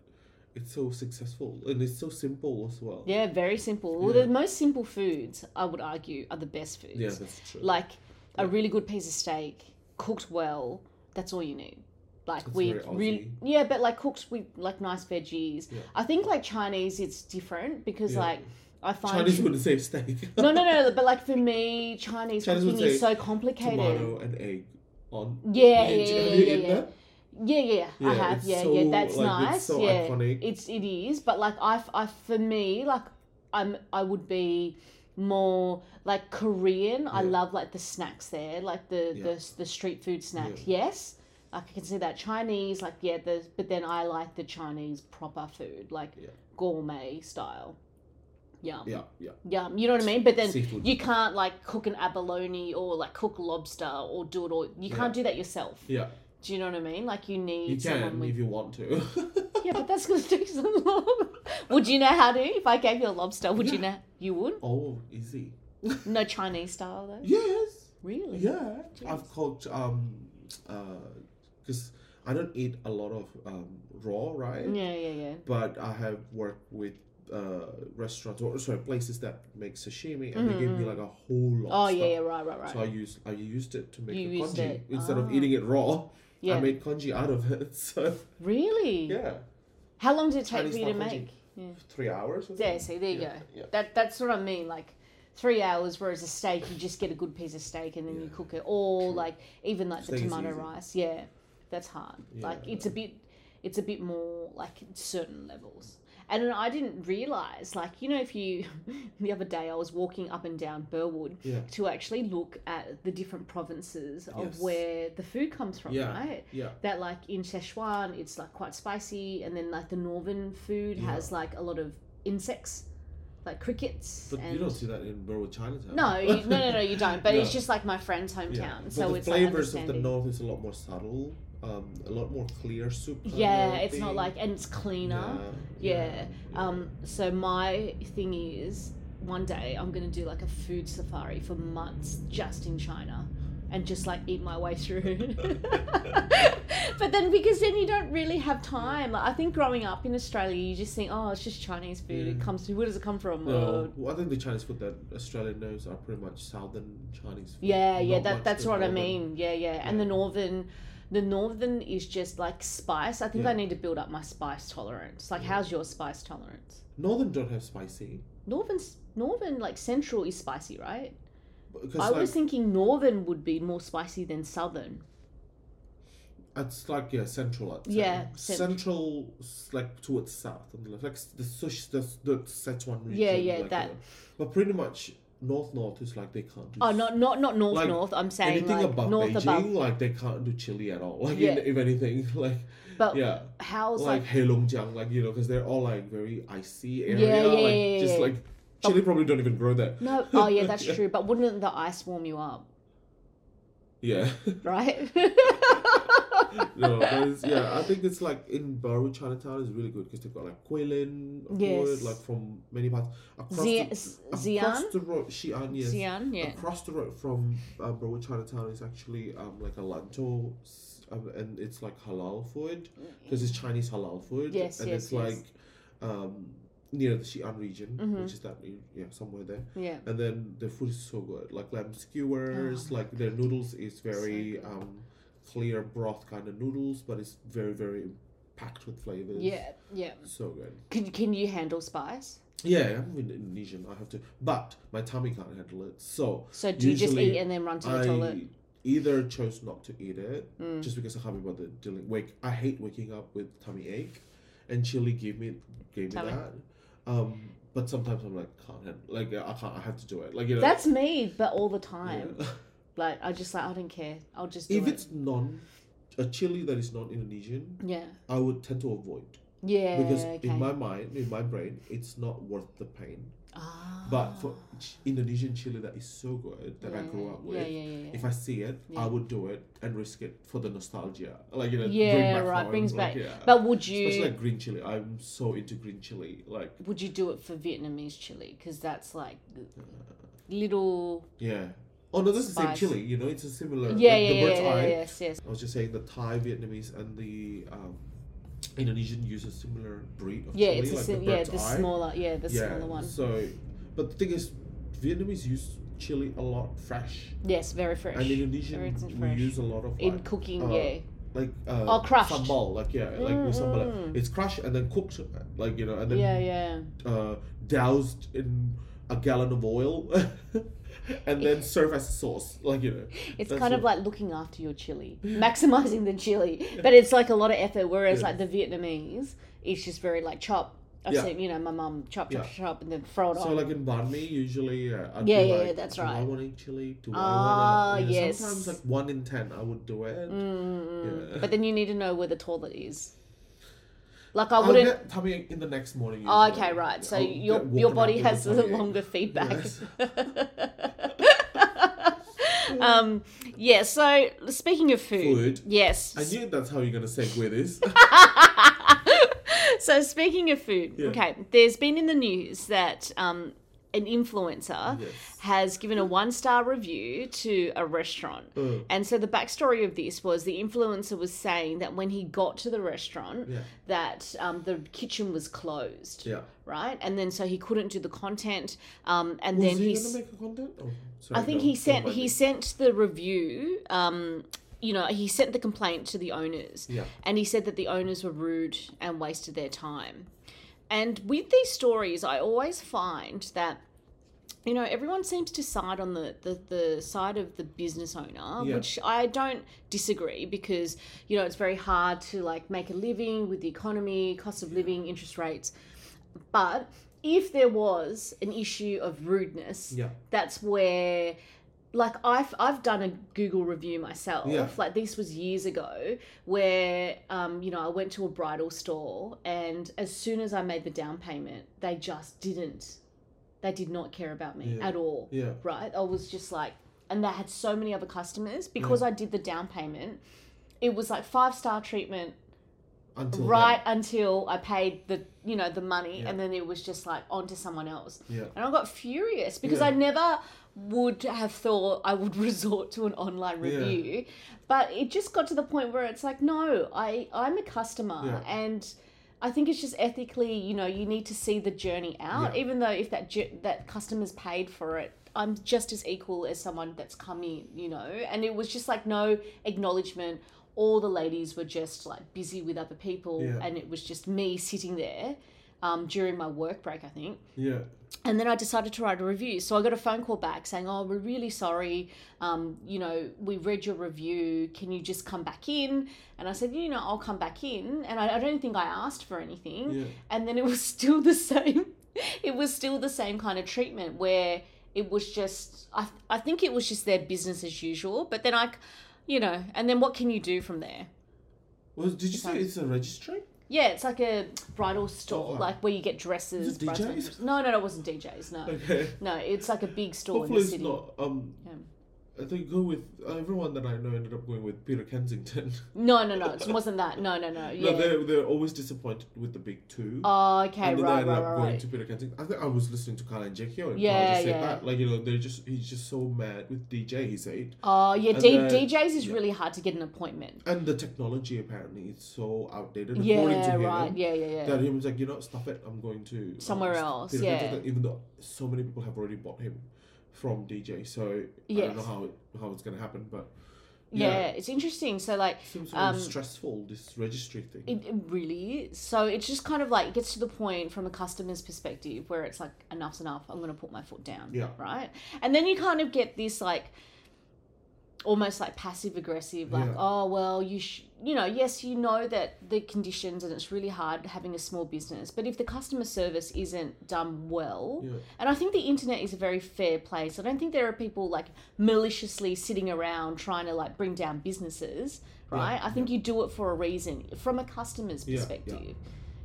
Speaker 2: it's so successful and it's so simple as well.
Speaker 1: Yeah, very simple. Well, the
Speaker 2: Yeah.
Speaker 1: most simple foods I would argue are the best foods.
Speaker 2: Yeah, that's true.
Speaker 1: Like a
Speaker 2: Yeah.
Speaker 1: really good piece of steak cooked well. That's all you need. Like
Speaker 2: That's
Speaker 1: we
Speaker 2: very
Speaker 1: really yeah, but like cooked with like nice veggies.
Speaker 2: Yeah.
Speaker 1: I think like Chinese it's different because
Speaker 2: Yeah.
Speaker 1: like I find
Speaker 2: Chinese wouldn't say steak.
Speaker 1: <laughs> no
Speaker 2: <laughs>
Speaker 1: no no, but like for me Chinese,
Speaker 2: Chinese would
Speaker 1: cooking is
Speaker 2: say
Speaker 1: so complicated.
Speaker 2: Tomato and egg on.
Speaker 1: Yeah, yeah,
Speaker 2: Have you
Speaker 1: yeah, yeah,
Speaker 2: eaten
Speaker 1: yeah.
Speaker 2: that?
Speaker 1: Yeah, yeah, I
Speaker 2: Yeah,
Speaker 1: have.
Speaker 2: it's
Speaker 1: Yeah,
Speaker 2: so,
Speaker 1: yeah, that's
Speaker 2: like, it's
Speaker 1: nice.
Speaker 2: so
Speaker 1: yeah,
Speaker 2: iconic.
Speaker 1: it's it is. But like, I, f- I- for me, like, I'm I would be more like Korean. I
Speaker 2: Yeah.
Speaker 1: love like the snacks there, like the
Speaker 2: Yeah.
Speaker 1: the, the street food snack. Yes, like I can see that Chinese. Like yeah, the but then I like the Chinese proper food, like
Speaker 2: Yeah.
Speaker 1: gourmet style. Yum,
Speaker 2: Yeah, yeah.
Speaker 1: yum. You know what I mean? But then
Speaker 2: Seafood.
Speaker 1: you can't like cook an abalone or like cook lobster or do it all. You
Speaker 2: Yeah.
Speaker 1: can't do that yourself.
Speaker 2: yeah,
Speaker 1: Do you know what I mean? Like you need
Speaker 2: you
Speaker 1: someone
Speaker 2: can
Speaker 1: with
Speaker 2: if you want
Speaker 1: <laughs>
Speaker 2: to.
Speaker 1: yeah, but that's gonna take so long. <laughs> would you know how to? If I gave you a lobster, would you know? You would?
Speaker 2: oh, easy.
Speaker 1: No Chinese style though.
Speaker 2: Yes.
Speaker 1: Really?
Speaker 2: Yeah,
Speaker 1: Jeez.
Speaker 2: I've cooked um, because I don't eat a lot of um raw, right?
Speaker 1: Yeah, yeah, yeah.
Speaker 2: But I have worked with uh restaurants or sorry places that make sashimi, and they gave me like a whole lot.
Speaker 1: Mm-hmm. Oh
Speaker 2: of
Speaker 1: yeah,
Speaker 2: stuff.
Speaker 1: yeah, right, right, right.
Speaker 2: So I used I used it to make
Speaker 1: You
Speaker 2: a
Speaker 1: used
Speaker 2: congee
Speaker 1: it.
Speaker 2: instead
Speaker 1: Ah.
Speaker 2: of eating it raw.
Speaker 1: yeah.
Speaker 2: I made congee out of it. <laughs> So
Speaker 1: really?
Speaker 2: yeah,
Speaker 1: How long did it take
Speaker 2: Chinese
Speaker 1: for you to
Speaker 2: style
Speaker 1: make?
Speaker 2: cooking.
Speaker 1: Yeah.
Speaker 2: three hours. Or
Speaker 1: Yeah.
Speaker 2: something.
Speaker 1: See, there you
Speaker 2: Yeah,
Speaker 1: go.
Speaker 2: yeah.
Speaker 1: That that's what I mean. Like three hours, whereas a steak, you just get a good piece of steak and then you
Speaker 2: Yeah.
Speaker 1: cook it. Or
Speaker 2: True.
Speaker 1: like even like the
Speaker 2: Steak is
Speaker 1: tomato
Speaker 2: easy.
Speaker 1: rice. Yeah, that's hard. Like
Speaker 2: Yeah.
Speaker 1: it's a bit, it's a bit more like certain levels. And then I didn't realize, like you know, if you <laughs> the other day I was walking up and down Burwood
Speaker 2: Yeah.
Speaker 1: to actually look at the different provinces of
Speaker 2: Yes.
Speaker 1: where the food comes from,
Speaker 2: Yeah.
Speaker 1: right?
Speaker 2: Yeah.
Speaker 1: that like in Sichuan it's like quite spicy and then like the northern food
Speaker 2: Yeah.
Speaker 1: has like a lot of insects like crickets
Speaker 2: But
Speaker 1: and
Speaker 2: you don't see that in Burwood Chinatown.
Speaker 1: no, you, no no no you
Speaker 2: <laughs>
Speaker 1: don't but it's
Speaker 2: No.
Speaker 1: just like my friend's hometown
Speaker 2: Yeah. But
Speaker 1: so
Speaker 2: the
Speaker 1: it's like
Speaker 2: flavors of the
Speaker 1: understanding.
Speaker 2: north is a lot more subtle, um, a lot more clear soup. kind
Speaker 1: yeah
Speaker 2: of
Speaker 1: it's not
Speaker 2: thing.
Speaker 1: like and it's cleaner yeah, um so my thing is one day I'm gonna do like a food safari for months just in China and just like eat my way through <laughs> But then, because then you don't really have time. Like, I think growing up in Australia, you just think, oh, it's just Chinese food. It
Speaker 2: Yeah.
Speaker 1: comes to, where does it come from? Uh,
Speaker 2: No, well, I think the Chinese food that Australia knows are pretty much southern Chinese food.
Speaker 1: yeah, yeah,
Speaker 2: not
Speaker 1: that,
Speaker 2: much
Speaker 1: that's
Speaker 2: the
Speaker 1: what I
Speaker 2: northern.
Speaker 1: mean. Yeah, yeah. And the
Speaker 2: Yeah.
Speaker 1: northern, the northern is just like spice. I think I
Speaker 2: Yeah.
Speaker 1: need to build up my spice tolerance. Like,
Speaker 2: Yeah.
Speaker 1: how's your spice tolerance?
Speaker 2: Northern don't have spicy.
Speaker 1: Northern's, northern, like central is spicy, right?
Speaker 2: Because
Speaker 1: I
Speaker 2: like,
Speaker 1: was thinking northern would be more spicy than southern.
Speaker 2: it's like yeah, central. I'd say.
Speaker 1: Yeah, cent-
Speaker 2: central, s- like towards south, and like s- the sush, the, the Sichuan region.
Speaker 1: Yeah, yeah,
Speaker 2: like,
Speaker 1: that-
Speaker 2: uh, but pretty much north north is like they can't. Do
Speaker 1: Oh,
Speaker 2: s-
Speaker 1: not not not north
Speaker 2: Like,
Speaker 1: north. I'm saying
Speaker 2: anything
Speaker 1: like
Speaker 2: above
Speaker 1: north
Speaker 2: Beijing.
Speaker 1: above.
Speaker 2: Like they can't do chili at all. Like
Speaker 1: Yeah.
Speaker 2: in, if anything, <laughs> like
Speaker 1: But
Speaker 2: yeah.
Speaker 1: how's
Speaker 2: like,
Speaker 1: like
Speaker 2: Heilongjiang, like you know, because they're all like very icy area,
Speaker 1: Yeah, yeah,
Speaker 2: like
Speaker 1: yeah,
Speaker 2: just
Speaker 1: yeah.
Speaker 2: like Chile probably don't even grow that.
Speaker 1: No, oh yeah,
Speaker 2: <laughs>
Speaker 1: that's true. But wouldn't the ice warm you up,
Speaker 2: Yeah, <laughs>
Speaker 1: right?
Speaker 2: no, but it's, yeah, I think it's like in Baru Chinatown is really good because they've got like Guilin, of
Speaker 1: Yes.
Speaker 2: course, like from many parts across
Speaker 1: Xi-
Speaker 2: the,
Speaker 1: Z-
Speaker 2: across
Speaker 1: Xi'an,
Speaker 2: the road, Xi'an, yes.
Speaker 1: <laughs> Xi'an, yeah.
Speaker 2: Across the road from uh, Baru Chinatown is actually um like a lanto, s- um, and it's like halal food because it's Chinese halal food.
Speaker 1: Mm. Yes,
Speaker 2: and
Speaker 1: yes,
Speaker 2: it's
Speaker 1: yes.
Speaker 2: like um near the Xi'an region,
Speaker 1: Mhm.
Speaker 2: which is that re- yeah somewhere there.
Speaker 1: Yeah.
Speaker 2: and then the food is so good like lamb skewers
Speaker 1: Oh my
Speaker 2: like their noodles is very
Speaker 1: good.
Speaker 2: um clear broth kind of noodles but it's very very packed with flavors
Speaker 1: Yeah, yeah.
Speaker 2: so good
Speaker 1: Can can you handle spice?
Speaker 2: yeah i'm in indonesian i have to but my tummy can't handle it so
Speaker 1: So do you just
Speaker 2: Usually,
Speaker 1: eat and then run to the toilet?
Speaker 2: i either chose not to eat it
Speaker 1: Mm.
Speaker 2: just because i can't be bothered dealing wake i hate waking up with tummy ache and chili gave me gave me
Speaker 1: Tummy.
Speaker 2: that um but sometimes i'm like can't handle, like i can't i have to do it like you know
Speaker 1: That's me, but all the time.
Speaker 2: <laughs> yeah.
Speaker 1: Like I just like I don't care. I'll just do
Speaker 2: if
Speaker 1: it.
Speaker 2: it's non a chili that is non Indonesian,
Speaker 1: yeah.
Speaker 2: I would tend to avoid
Speaker 1: Yeah.
Speaker 2: because
Speaker 1: okay.
Speaker 2: in my mind, in my brain, it's not worth the pain.
Speaker 1: Ah.
Speaker 2: But for
Speaker 1: <gasps>
Speaker 2: Ch- Indonesian chili that is so good that I grew up with,
Speaker 1: Yeah, yeah, yeah. yeah.
Speaker 2: if I see it, I
Speaker 1: Yeah.
Speaker 2: would do it and risk it for the nostalgia. Like you know, bring
Speaker 1: yeah,
Speaker 2: back
Speaker 1: right.
Speaker 2: home,
Speaker 1: Brings back.
Speaker 2: like, yeah.
Speaker 1: But would
Speaker 2: Especially
Speaker 1: you
Speaker 2: like green chili. I'm so into green chili. Like
Speaker 1: would you do it for Vietnamese chili? Because that's like little.
Speaker 2: yeah. Oh no, that's
Speaker 1: Spice.
Speaker 2: the same chili. You know, it's a similar.
Speaker 1: Yeah,
Speaker 2: like,
Speaker 1: yeah,
Speaker 2: the
Speaker 1: yeah,
Speaker 2: bird's
Speaker 1: yeah,
Speaker 2: eye.
Speaker 1: Yes, yes.
Speaker 2: I was just saying the Thai, Vietnamese, and the um, Indonesian use a similar breed of
Speaker 1: Yeah,
Speaker 2: chili,
Speaker 1: it's a
Speaker 2: like
Speaker 1: sim-
Speaker 2: the
Speaker 1: yeah,
Speaker 2: bird's
Speaker 1: the
Speaker 2: eye.
Speaker 1: smaller, yeah, the
Speaker 2: yeah.
Speaker 1: smaller one.
Speaker 2: So, but the thing is, Vietnamese use chili a lot fresh,
Speaker 1: Yes, very fresh.
Speaker 2: and Indonesian
Speaker 1: Very
Speaker 2: we
Speaker 1: fresh.
Speaker 2: use a lot of
Speaker 1: in
Speaker 2: like,
Speaker 1: cooking,
Speaker 2: uh,
Speaker 1: yeah.
Speaker 2: like uh,
Speaker 1: Oh, crushed.
Speaker 2: sambal, like yeah, like with sambal,
Speaker 1: Mm, mm.
Speaker 2: like, it's crushed and then cooked, like you know, and then
Speaker 1: yeah, yeah.
Speaker 2: uh, doused in a gallon of oil, <laughs> and then serve as a sauce, like you know.
Speaker 1: <laughs> It's
Speaker 2: that's
Speaker 1: kind of
Speaker 2: what-
Speaker 1: like looking after your
Speaker 2: <laughs>
Speaker 1: chili, maximizing the chili, but it's like a lot of effort. Whereas
Speaker 2: Yeah.
Speaker 1: like the Vietnamese, it's just very like chop. I've
Speaker 2: Yeah.
Speaker 1: seen you know my mum chop, chop,
Speaker 2: Yeah.
Speaker 1: chop, and then throw it
Speaker 2: So
Speaker 1: on.
Speaker 2: like in banh mi, usually uh,
Speaker 1: Yeah,
Speaker 2: I'd be
Speaker 1: yeah,
Speaker 2: like,
Speaker 1: yeah, that's
Speaker 2: do I
Speaker 1: right.
Speaker 2: want to eat chili? Do
Speaker 1: Ah,
Speaker 2: I want to?
Speaker 1: yes.
Speaker 2: Sometimes like one in ten, I would do it.
Speaker 1: Mm.
Speaker 2: Yeah.
Speaker 1: But then you need to know where the toilet is. Like I
Speaker 2: <laughs> I'll
Speaker 1: wouldn't.
Speaker 2: get tummy ache in the next morning.
Speaker 1: Oh,
Speaker 2: usually.
Speaker 1: okay, right. So
Speaker 2: I'll
Speaker 1: your
Speaker 2: get
Speaker 1: your
Speaker 2: woken
Speaker 1: body
Speaker 2: up with
Speaker 1: has a
Speaker 2: tummy ache. <laughs>
Speaker 1: longer feedback.
Speaker 2: Yes.
Speaker 1: <laughs> um, yeah. So speaking of food,
Speaker 2: Food.
Speaker 1: yes.
Speaker 2: I knew that's how you're gonna segue this.
Speaker 1: <laughs>
Speaker 2: <laughs>
Speaker 1: so speaking of food,
Speaker 2: Yeah.
Speaker 1: okay, there's been in the news that um, an influencer
Speaker 2: Yes.
Speaker 1: has given a one star review to a restaurant.
Speaker 2: Uh,
Speaker 1: And so the backstory of this was the influencer was saying that when he got to the restaurant,
Speaker 2: yeah,
Speaker 1: that um, the kitchen was closed,
Speaker 2: yeah.
Speaker 1: right? And then so he couldn't do the content. Um, and
Speaker 2: Was
Speaker 1: then
Speaker 2: he
Speaker 1: he's.
Speaker 2: gonna make a content? Oh, sorry,
Speaker 1: I think
Speaker 2: no,
Speaker 1: he
Speaker 2: don't
Speaker 1: sent
Speaker 2: mind
Speaker 1: he
Speaker 2: me.
Speaker 1: sent the review. Um, you know, he sent the complaint to the owners,
Speaker 2: Yeah.
Speaker 1: and he said that the owners were rude and wasted their time. And with these stories, I always find that. You know, everyone seems to side on the, the, the side of the business owner,
Speaker 2: Yeah.
Speaker 1: which I don't disagree because, you know, it's very hard to like make a living with the economy, cost of living, interest rates. But if there was an issue of rudeness,
Speaker 2: Yeah,
Speaker 1: that's where like I've, I've done a google review myself
Speaker 2: Yeah.
Speaker 1: like this was years ago where um, you know i went to a bridal store and as soon as i made the down payment they just didn't they did not care about me
Speaker 2: Yeah.
Speaker 1: at all
Speaker 2: yeah,
Speaker 1: right? I was just like, and they had so many other customers because I did the down payment. It was like five star treatment
Speaker 2: until
Speaker 1: right until I paid the you know the money,
Speaker 2: Yeah.
Speaker 1: and then it was just like on to someone else.
Speaker 2: then. Yeah.
Speaker 1: And I got furious because
Speaker 2: Yeah.
Speaker 1: I never would have thought I would <laughs> resort to an online
Speaker 2: Yeah.
Speaker 1: review, but it just got to the point where it's like, no, I I'm a customer
Speaker 2: Yeah.
Speaker 1: and. I think it's just ethically, you know, you need to see the journey out.
Speaker 2: Yeah.
Speaker 1: Even though if that ju- that customer's paid for it, I'm just as equal as someone that's come in, you know. And it was just like no acknowledgement. All the ladies were just like busy with other people,
Speaker 2: Yeah.
Speaker 1: and it was just me sitting there um, during my work break, I think.
Speaker 2: Yeah,
Speaker 1: And then I decided to write a review. So I got a phone call back saying, Oh, we're really sorry. Um, you know, we read your review. Can you just come back in? And I said, You know, I'll come back in. And I, I don't think I asked for anything.
Speaker 2: yeah,
Speaker 1: And then it was <laughs> still the same. It was still the same kind of treatment where it was just, I, I think it was just their business as usual. But then I, c- you know, and then what can you do from there?
Speaker 2: Was did you say
Speaker 1: Fine.
Speaker 2: it's a registry? <laughs>
Speaker 1: Yeah, it's like a bridal store,
Speaker 2: Oh, wow.
Speaker 1: like where you get dresses.
Speaker 2: Is it Oh, DJs?
Speaker 1: bridesmaids- No, no, no, it wasn't DJs. No.
Speaker 2: Okay.
Speaker 1: No, it's like a big store
Speaker 2: <laughs> Hopefully
Speaker 1: in the city.
Speaker 2: it's not. Um, I think go with everyone that I know ended up going with Peter Kensington. <laughs>
Speaker 1: No, no, no, it wasn't that. No, no, no. Yeah.
Speaker 2: No, they're they're always disappointed with the big two.
Speaker 1: oh, okay,
Speaker 2: and then I
Speaker 1: right,
Speaker 2: ended
Speaker 1: right,
Speaker 2: up
Speaker 1: right.
Speaker 2: going
Speaker 1: right.
Speaker 2: to Peter Kensington. I think I was listening to Kyle and Jackie and
Speaker 1: Yeah,
Speaker 2: Kyle just said
Speaker 1: yeah.
Speaker 2: that. Like, you know, they're just he's just so mad with DJ, he said.
Speaker 1: Oh, yeah,
Speaker 2: And
Speaker 1: D-
Speaker 2: then-
Speaker 1: DJs is
Speaker 2: yeah.
Speaker 1: really hard to get an appointment.
Speaker 2: And the technology apparently is so outdated according to
Speaker 1: Yeah,
Speaker 2: him.
Speaker 1: right. Yeah, yeah, yeah.
Speaker 2: That he was like, you know, stuff it, I'm going to um,
Speaker 1: Somewhere
Speaker 2: s-
Speaker 1: else,
Speaker 2: Peter
Speaker 1: yeah.
Speaker 2: Kensington, even though so many people have already bought him from DJ, so I
Speaker 1: Yes.
Speaker 2: don't know how it, how it's gonna happen, but
Speaker 1: yeah.
Speaker 2: yeah.
Speaker 1: it's interesting. So, like,
Speaker 2: Seems really
Speaker 1: Um,
Speaker 2: stressful, this registry thing.
Speaker 1: it, it really is. So, it's just kind of like, it gets to the point from a customer's perspective where it's like, enough's enough. I'm going to put my foot down.
Speaker 2: Yeah.
Speaker 1: Right. And then you kind of get this, like, almost like passive aggressive like
Speaker 2: Yeah.
Speaker 1: oh well you sh-, you know yes you know that the conditions and it's really hard having a small business but if the customer service isn't done well
Speaker 2: Yeah.
Speaker 1: and i think the internet is a very fair place i don't think there are people like maliciously sitting around trying to like bring down businesses
Speaker 2: Yeah,
Speaker 1: right i think you do it for a reason from a customer's
Speaker 2: Yeah, yeah.
Speaker 1: perspective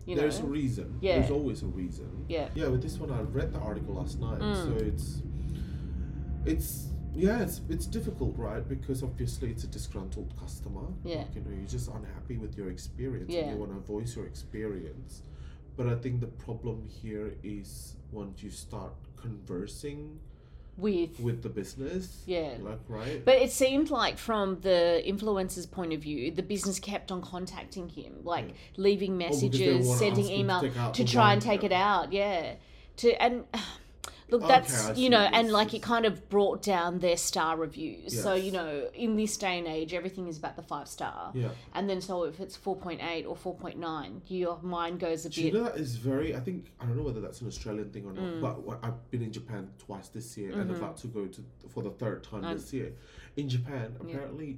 Speaker 1: You
Speaker 2: There's a
Speaker 1: know?
Speaker 2: reason.
Speaker 1: Yeah.
Speaker 2: There's always a reason.
Speaker 1: Yeah.
Speaker 2: Yeah, with this one I read the article last night,
Speaker 1: Mm.
Speaker 2: so it's it's yeah, it's it's difficult, right? Because obviously it's a disgruntled customer.
Speaker 1: Yeah.
Speaker 2: You know, you're just unhappy with your experience and
Speaker 1: Yeah.
Speaker 2: you wanna voice your experience. But I think the problem here is once you start conversing
Speaker 1: With.
Speaker 2: with the business.
Speaker 1: Yeah.
Speaker 2: Like right?
Speaker 1: But it seemed like, from the influencer's point of view, the business kept on contacting him, like
Speaker 2: Yeah.
Speaker 1: leaving
Speaker 2: Oh, because they
Speaker 1: messages,
Speaker 2: wanna
Speaker 1: sending
Speaker 2: ask them
Speaker 1: email
Speaker 2: take out
Speaker 1: to
Speaker 2: the
Speaker 1: try
Speaker 2: one-
Speaker 1: and take it out. Yeah. To and <sighs> look,
Speaker 2: Okay,
Speaker 1: that's
Speaker 2: I
Speaker 1: you
Speaker 2: see.
Speaker 1: know, and
Speaker 2: Yes,
Speaker 1: like
Speaker 2: yes.
Speaker 1: it kind of brought down their star reviews. So
Speaker 2: Yes.
Speaker 1: you know, in this day and age, everything is about the five star.
Speaker 2: Yeah.
Speaker 1: And then so if it's four point eight or four point nine, your mind goes a
Speaker 2: Do you
Speaker 1: bit.
Speaker 2: know that is very? I think I don't know whether that's an Australian thing or not.
Speaker 1: Mm.
Speaker 2: But what- I've been in Japan twice this year, and
Speaker 1: Mm-hmm.
Speaker 2: about to go to for the third time
Speaker 1: I'm-
Speaker 2: this year. In Japan,
Speaker 1: Um, Yeah.
Speaker 2: apparently,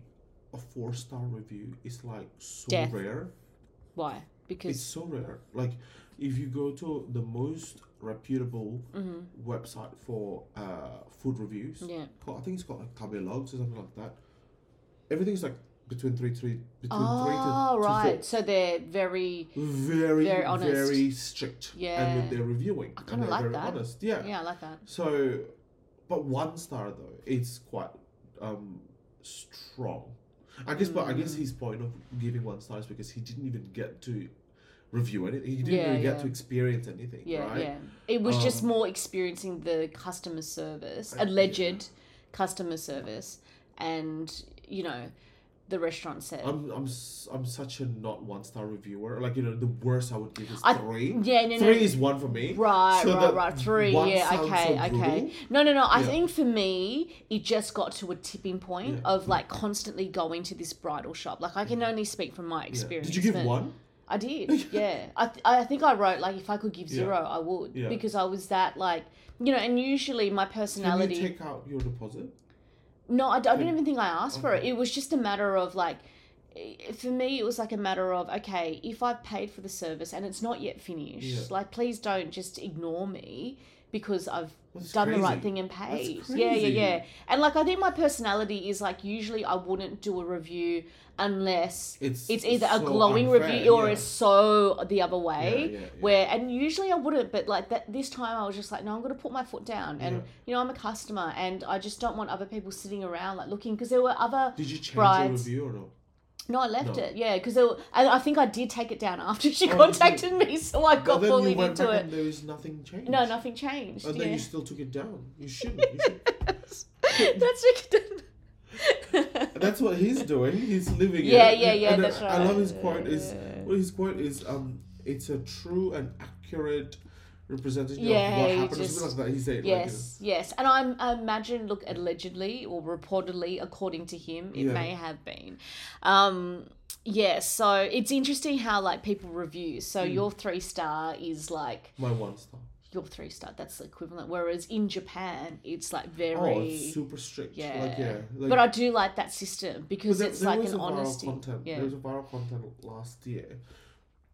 Speaker 2: a four star review is like so
Speaker 1: Death.
Speaker 2: rare.
Speaker 1: Why? Because
Speaker 2: It's so rare. Like, if you go to the most reputable website for uh, food reviews,
Speaker 1: Mm-hmm. Yeah.
Speaker 2: called- I think it's called like Tabelogs or something like that. Everything's like between three, three, between three to,
Speaker 1: oh
Speaker 2: to four.
Speaker 1: right, so they're very
Speaker 2: very
Speaker 1: Very honest.
Speaker 2: very strict and
Speaker 1: Yeah.
Speaker 2: with their reviewing
Speaker 1: I
Speaker 2: and
Speaker 1: kinda
Speaker 2: they're
Speaker 1: like
Speaker 2: very
Speaker 1: that.
Speaker 2: honest yeah.
Speaker 1: yeah, I like that.
Speaker 2: so but one star though it's quite um strong i guess but i
Speaker 1: Mm.
Speaker 2: guess his point of giving one star is because he didn't even get to review anything he didn't
Speaker 1: Yeah,
Speaker 2: even get
Speaker 1: yeah.
Speaker 2: to experience anything
Speaker 1: Yeah,
Speaker 2: right
Speaker 1: yeah. It was just
Speaker 2: Um,
Speaker 1: more experiencing the customer service,
Speaker 2: Uh,
Speaker 1: alleged customer service, and you know, the restaurant said,
Speaker 2: I'm, I'm s- i'm such a not one star reviewer like you know the worst i would give is
Speaker 1: I-
Speaker 2: three
Speaker 1: yeah, no, no,
Speaker 2: three is one for me
Speaker 1: right,
Speaker 2: So
Speaker 1: right,
Speaker 2: that
Speaker 1: right, three,
Speaker 2: one
Speaker 1: yeah,
Speaker 2: sounds
Speaker 1: okay,
Speaker 2: so
Speaker 1: okay.
Speaker 2: brutal.
Speaker 1: No, no, no. I
Speaker 2: Yeah.
Speaker 1: think for me, it just got to a tipping point
Speaker 2: Yeah. Mm.
Speaker 1: of like constantly going to this bridal shop. Like I can only speak from my
Speaker 2: Yeah.
Speaker 1: experience.
Speaker 2: did you give
Speaker 1: but-
Speaker 2: one
Speaker 1: I did,
Speaker 2: <laughs>
Speaker 1: yeah. I, th- I think I wrote like if I could give
Speaker 2: Yeah.
Speaker 1: zero, I would
Speaker 2: Yeah.
Speaker 1: because I was that like you know, and usually my
Speaker 2: can you
Speaker 1: personality.
Speaker 2: take out your deposit
Speaker 1: No, I, d- I don't
Speaker 2: Okay.
Speaker 1: even think I asked for it.
Speaker 2: Okay.
Speaker 1: It was just a matter of like, i- for me, it was like a matter of okay, if I've paid for the service and it's not yet finished,
Speaker 2: Yeah.
Speaker 1: like please don't just ignore me because I've
Speaker 2: That's
Speaker 1: done the right
Speaker 2: crazy.
Speaker 1: thing and paid.
Speaker 2: That's
Speaker 1: Yeah, yeah,
Speaker 2: crazy.
Speaker 1: yeah. And like I think my personality is like usually I wouldn't do a review unless
Speaker 2: it's
Speaker 1: it's either a
Speaker 2: so
Speaker 1: glowing
Speaker 2: unfair,
Speaker 1: review or
Speaker 2: yeah.
Speaker 1: it's so the other way
Speaker 2: Yeah, yeah, yeah.
Speaker 1: where and usually I wouldn't but like that this time I was just like no I'm going to put my foot down and
Speaker 2: Yeah.
Speaker 1: you know I'm a customer and I just don't want other people sitting around like looking because there were other
Speaker 2: Did you change your
Speaker 1: brides.
Speaker 2: review or not?
Speaker 1: no I left
Speaker 2: No.
Speaker 1: it yeah because there were, and I think I did take it down after she
Speaker 2: Oh, did you?
Speaker 1: contacted me so I
Speaker 2: But
Speaker 1: got
Speaker 2: then you
Speaker 1: bullied
Speaker 2: went
Speaker 1: into
Speaker 2: back
Speaker 1: it
Speaker 2: and there is nothing changed.
Speaker 1: no nothing changed
Speaker 2: And
Speaker 1: yeah.
Speaker 2: then
Speaker 1: <laughs>
Speaker 2: you still took it down. You shouldn't. You should.
Speaker 1: that's
Speaker 2: And that's what he's doing. He's living
Speaker 1: Yeah,
Speaker 2: it.
Speaker 1: yeah, yeah,
Speaker 2: And I-
Speaker 1: that's
Speaker 2: I love his
Speaker 1: right.
Speaker 2: quote. Is
Speaker 1: Yeah.
Speaker 2: well, his quote is um, it's a true and accurate representation
Speaker 1: Yeah,
Speaker 2: of what
Speaker 1: he
Speaker 2: happened. or
Speaker 1: just-
Speaker 2: something like that. He said.
Speaker 1: yes yes and I'm, I imagine look allegedly or reportedly according to him it
Speaker 2: Yeah.
Speaker 1: may have been um yeah so it's interesting how like people review
Speaker 2: Hmm.
Speaker 1: so your three star is like
Speaker 2: Like, you know, my one Oh, star.
Speaker 1: your three star that's the equivalent whereas in japan it's like very
Speaker 2: Oh, it's super strict.
Speaker 1: yeah.
Speaker 2: Like yeah. Like,
Speaker 1: but i do like that system because
Speaker 2: But there-
Speaker 1: it's
Speaker 2: there
Speaker 1: like
Speaker 2: was
Speaker 1: an
Speaker 2: a viral
Speaker 1: honesty
Speaker 2: Content.
Speaker 1: yeah
Speaker 2: There was a viral content last year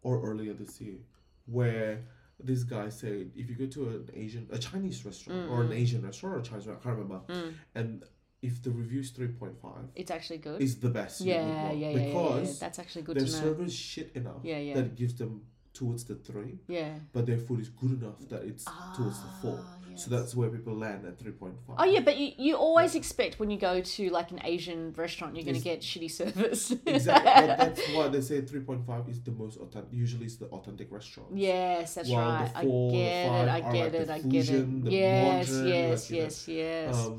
Speaker 2: or earlier this year where this guy said if you go to an Asian, a Chinese restaurant or
Speaker 1: Mm.
Speaker 2: an Asian restaurant or a Chinese restaurant, I can't remember, and if the review's 3.5
Speaker 1: it's actually good
Speaker 2: is the best you would
Speaker 1: yeah yeah
Speaker 2: want
Speaker 1: yeah, yeah, yeah
Speaker 2: because
Speaker 1: that's actually good
Speaker 2: their
Speaker 1: to know
Speaker 2: service is shit enough
Speaker 1: Yeah, yeah.
Speaker 2: that it gives them towards the 3
Speaker 1: yeah
Speaker 2: but their food is good enough that it's towards the 4
Speaker 1: Ah, yes.
Speaker 2: so that's where people land at 3.5
Speaker 1: Oh yeah, but you, you always expect when you go to like an Asian restaurant you're gonna get shitty service. <laughs>
Speaker 2: exactly but that's why they say 3.5 is the most authentic usually it's the authentic restaurant
Speaker 1: yes, that's
Speaker 2: While the
Speaker 1: right.
Speaker 2: four,
Speaker 1: I
Speaker 2: the
Speaker 1: get
Speaker 2: five
Speaker 1: it, I
Speaker 2: are,
Speaker 1: get
Speaker 2: like,
Speaker 1: it,
Speaker 2: the
Speaker 1: I get
Speaker 2: fusion,
Speaker 1: it.
Speaker 2: the
Speaker 1: Yes,
Speaker 2: modern,
Speaker 1: yes,
Speaker 2: like, you know,
Speaker 1: yes, yes.
Speaker 2: um,